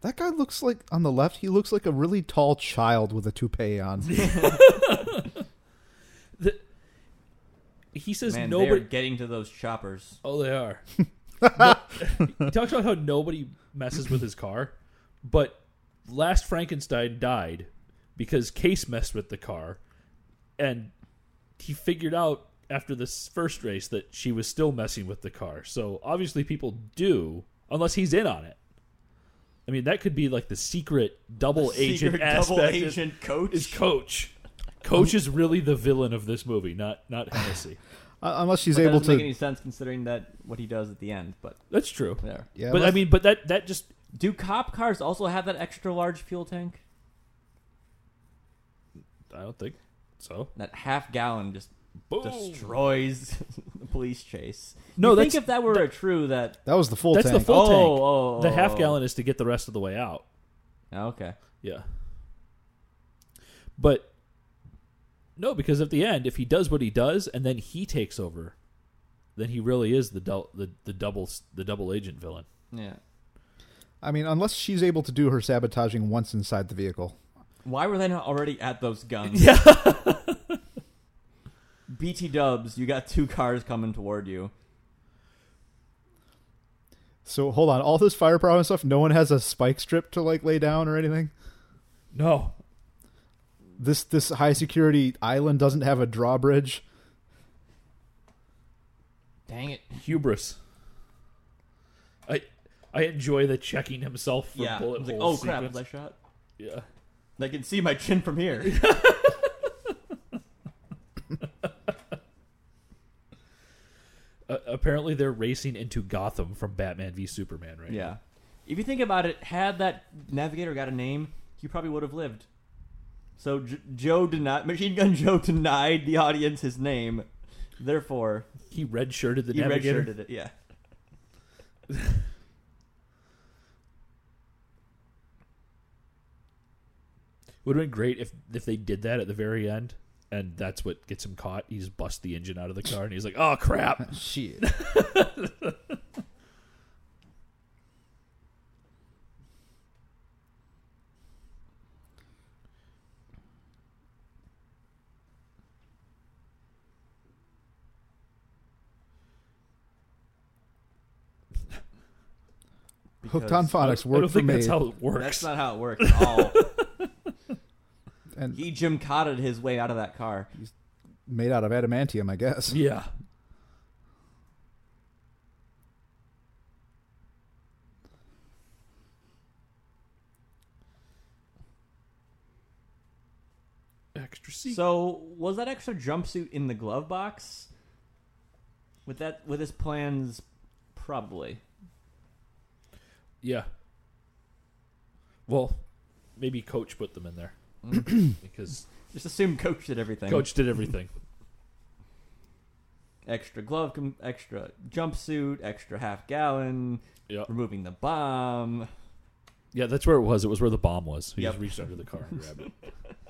That guy looks like on the left. He looks like a really tall child with a toupee on. *laughs* Uh, he says Man, nobody. they're getting to those choppers. Oh, they are. he talks about how nobody messes with his car, but last Frankenstein died because Case messed with the car, and he figured out after this first race that she was still messing with the car. So obviously, people do unless he's in on it. I mean, that could be like the secret *laughs* double agent Secret aspect. double is- agent coach. Is Coach? Coach is really the villain of this movie, not not Hennessy. Uh, unless she's that able doesn't to. make any sense considering that what he does at the end. But That's true. there. yeah, but I unless- mean, but that that just Do cop cars also have that extra large fuel tank? I don't think so. That half gallon just Boom. destroys *laughs* the police chase. No, you that's- think if that were a true that. that was the full that's the tank. full oh, tank. oh, oh, the oh, half oh. gallon is to get the rest of the way out. Oh, okay. Yeah. But no, because at the end, if he does what he does and then he takes over, then he really is the dou- the the double the double agent villain. Yeah. I mean, unless she's able to do her sabotaging once inside the vehicle. Why were they not already at those guns? *laughs* Yeah. BT dubs, you got two cars coming toward you. So hold on, all this firepower and stuff. No one has a spike strip to like lay down or anything. No. This this high security island doesn't have a drawbridge. Dang it. Hubris. I I enjoy the checking himself for Yeah. I bullet was like, oh holes crap, was sequence. I shot? yeah. They can see my chin from here. Uh, apparently they're racing into Gotham from Batman v Superman right yeah. If you think about it, had that navigator got a name, he probably would have lived. So J- Joe denied Machine Gun *laughs* Joe denied the audience his name. Therefore, He red shirted the he navigator. redshirted it. Yeah. Would have been great if if they did that at the very end, and that's what gets him caught. He just busts the engine out of the car, and he's like, "Oh *laughs* crap!" Shit. Hooked on Because phonics I worked don't for think me. that's how it That's works. not how it works at *laughs* all. and he Jim Cotted his way out of that car. made out of adamantium, I guess. yeah, extra seat. So was that extra jumpsuit in the glove box? With that, with his plans, probably. Yeah. Well, maybe Coach put them in there Mm. *clears throat* because Just assume Coach did everything. Coach did everything. extra glove, com- extra jumpsuit, extra half gallon, Yeah, removing the bomb. yeah, that's where it was. It was where the bomb was. He Yep. just reached under the car and grabbed it. *laughs*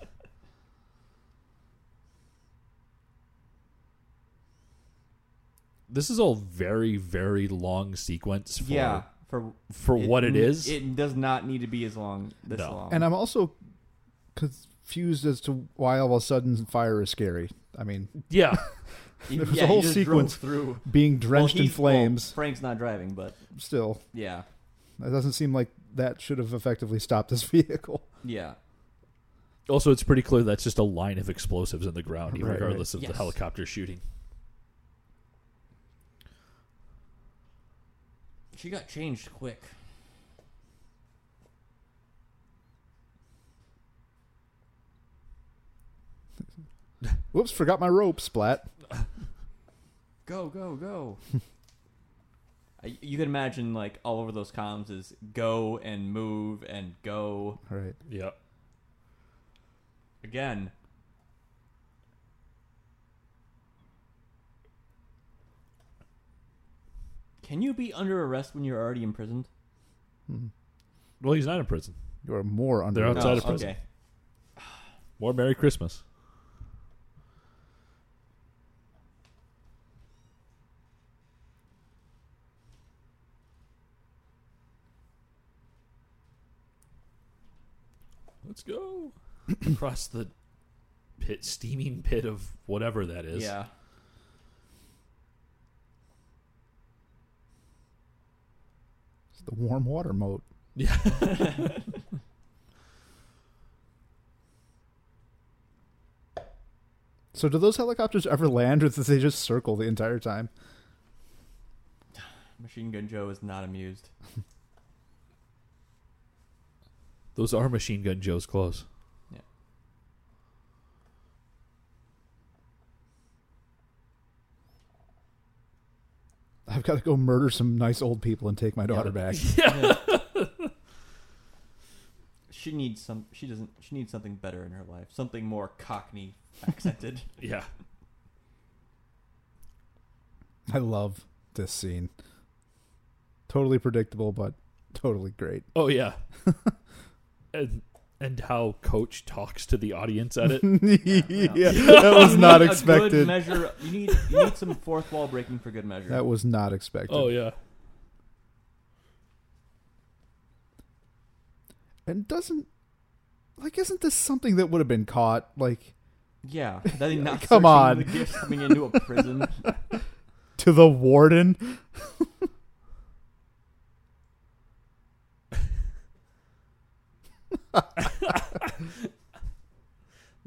This is all very, very long sequence for yeah, for for what it is. It does not need to be as long. This No. long. And uh, I'm also confused as to why all of a sudden fire is scary. I mean, yeah, *laughs* He- there was a he whole just sequence. drove through being drenched Well, in he's- well, flames, Frank's not driving, but still, yeah, that doesn't seem like that should have effectively stopped this *laughs* vehicle. yeah. Also, it's pretty clear that's just a line of explosives in the ground, even Right, right. regardless of Yes. the helicopter shooting. She got changed quick. Whoops, forgot my rope, splat. Go, go, go. *laughs* I- you can imagine like all over those comms is go and move and go All right. Yeah. again. Can you be under arrest when you're already imprisoned? Well, he's not in prison. You are more under They're arrest. outside Oh, of prison. Okay. More Merry Christmas. Let's go across the pit, steaming pit of whatever that is. Yeah. It's the warm water moat. Yeah. *laughs* So, do those helicopters ever land, or do they just circle the entire time? Machine Gun Joe is not amused. Those are Machine Gun Joe's clothes. Yeah. I've got to go murder some nice old people and take my daughter back. *laughs* She needs some. She doesn't. She needs something better in her life. Something more Cockney accented. Yeah. I love this scene. Totally predictable, but totally great. *laughs* Oh yeah. and and how Coach talks to the audience *laughs* at it. yeah, *laughs* that was *laughs* not A Good expected. measure. You need. You need some fourth wall breaking for good measure. That was not expected. oh yeah. And doesn't like isn't this something that would have been caught? Like yeah. *laughs* That did not. Come searching on. The gifts coming into a *laughs* prison. to the warden?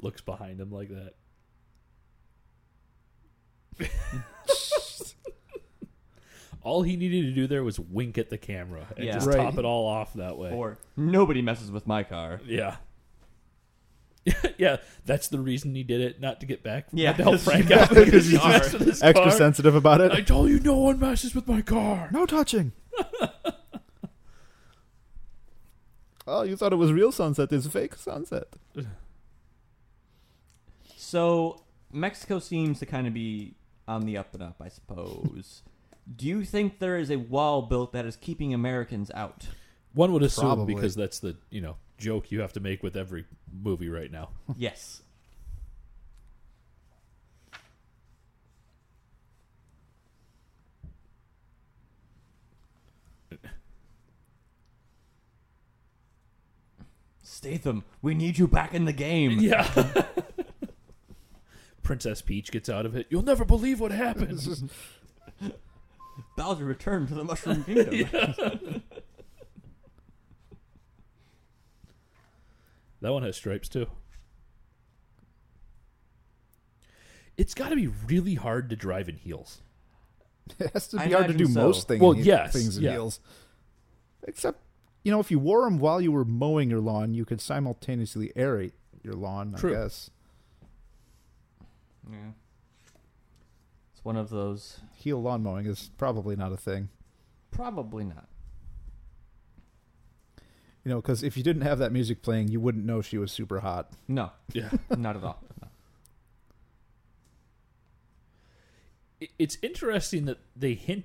Looks behind him like that. *laughs* All he needed to do there was wink at the camera and Yeah. just Right. top it all off that way. or nobody messes with my car. yeah. *laughs* yeah, that's the reason he did it, not to get back. Yeah, not *laughs* to help 'cause- Frank yeah, out because he 'cause he's messed with his Extra car. sensitive about I it. told you no one messes with my car. No touching. *laughs* oh, you thought it was real sunset. It's fake sunset. *laughs* So Mexico seems to kind of be on the up and up, I suppose. Do you think there is a wall built that is keeping Americans out? One would assume Probably. because that's the *laughs* you know joke you have to make with every movie right now. yes. Statham, we need you back in the game. Yeah. *laughs* Princess Peach gets out of it. You'll never believe *laughs* what happens. Bowser returned to the Mushroom Kingdom. That one has stripes too. It's got to be really hard to drive in heels. It has to be I hard to do imagine so. most things. Well, in- yes, things in yeah. heels. Except, you know, if you wore them while you were mowing your lawn, you could simultaneously aerate your lawn. True. I guess Yeah. It's one of those. heel lawn mowing is probably not a thing. Probably not. You know, because if you didn't have that music playing, you wouldn't know she was super hot. No, Yeah. not at all. No. I- It's interesting that they hint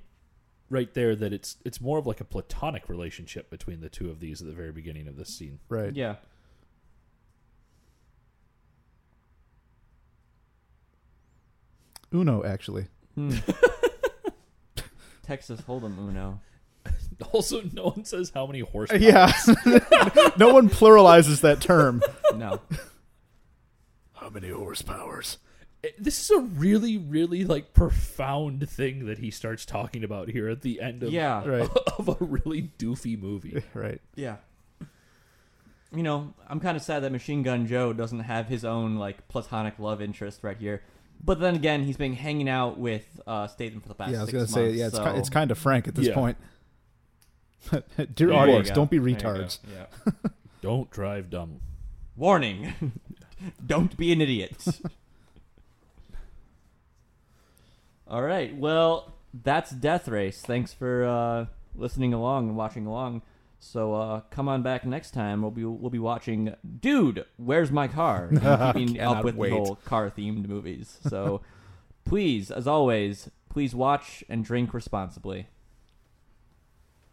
right there that it's it's more of like a platonic relationship between the two of these at the very beginning of this scene. *laughs* *laughs* Right. Yeah. Uno, actually. Hmm. Texas Hold'em Uno. Also, no one says how many horsepower. *laughs* Yeah. *laughs* no one pluralizes that term. No. How many horsepowers? I- Eh, This is a really, really like profound thing that he starts talking about here at the end of Yeah. *laughs* Right. *laughs* *laughs* of a really doofy movie. Right. Yeah. You know, I'm kind of sad that Machine Gun Joe doesn't have his own like platonic love interest right here. But then again, he's been hanging out with uh, Statham for the past. yeah, I was six gonna months, say. Yeah, it's so... ki- it's kind of frank at this Yeah. point. *laughs* Dear There you audience, go. don't be There you go. retards. Yeah. Don't drive dumb. Warning: *laughs* Don't be an idiot. *laughs* All right. Well, that's Death Race. Thanks for uh, listening along and watching along. So uh, come on back next time. We'll be we'll be watching. Dude, where's my *laughs* car? And keeping up Cannot with wait. the whole car themed *laughs* movies. So please, as always, please watch and drink responsibly.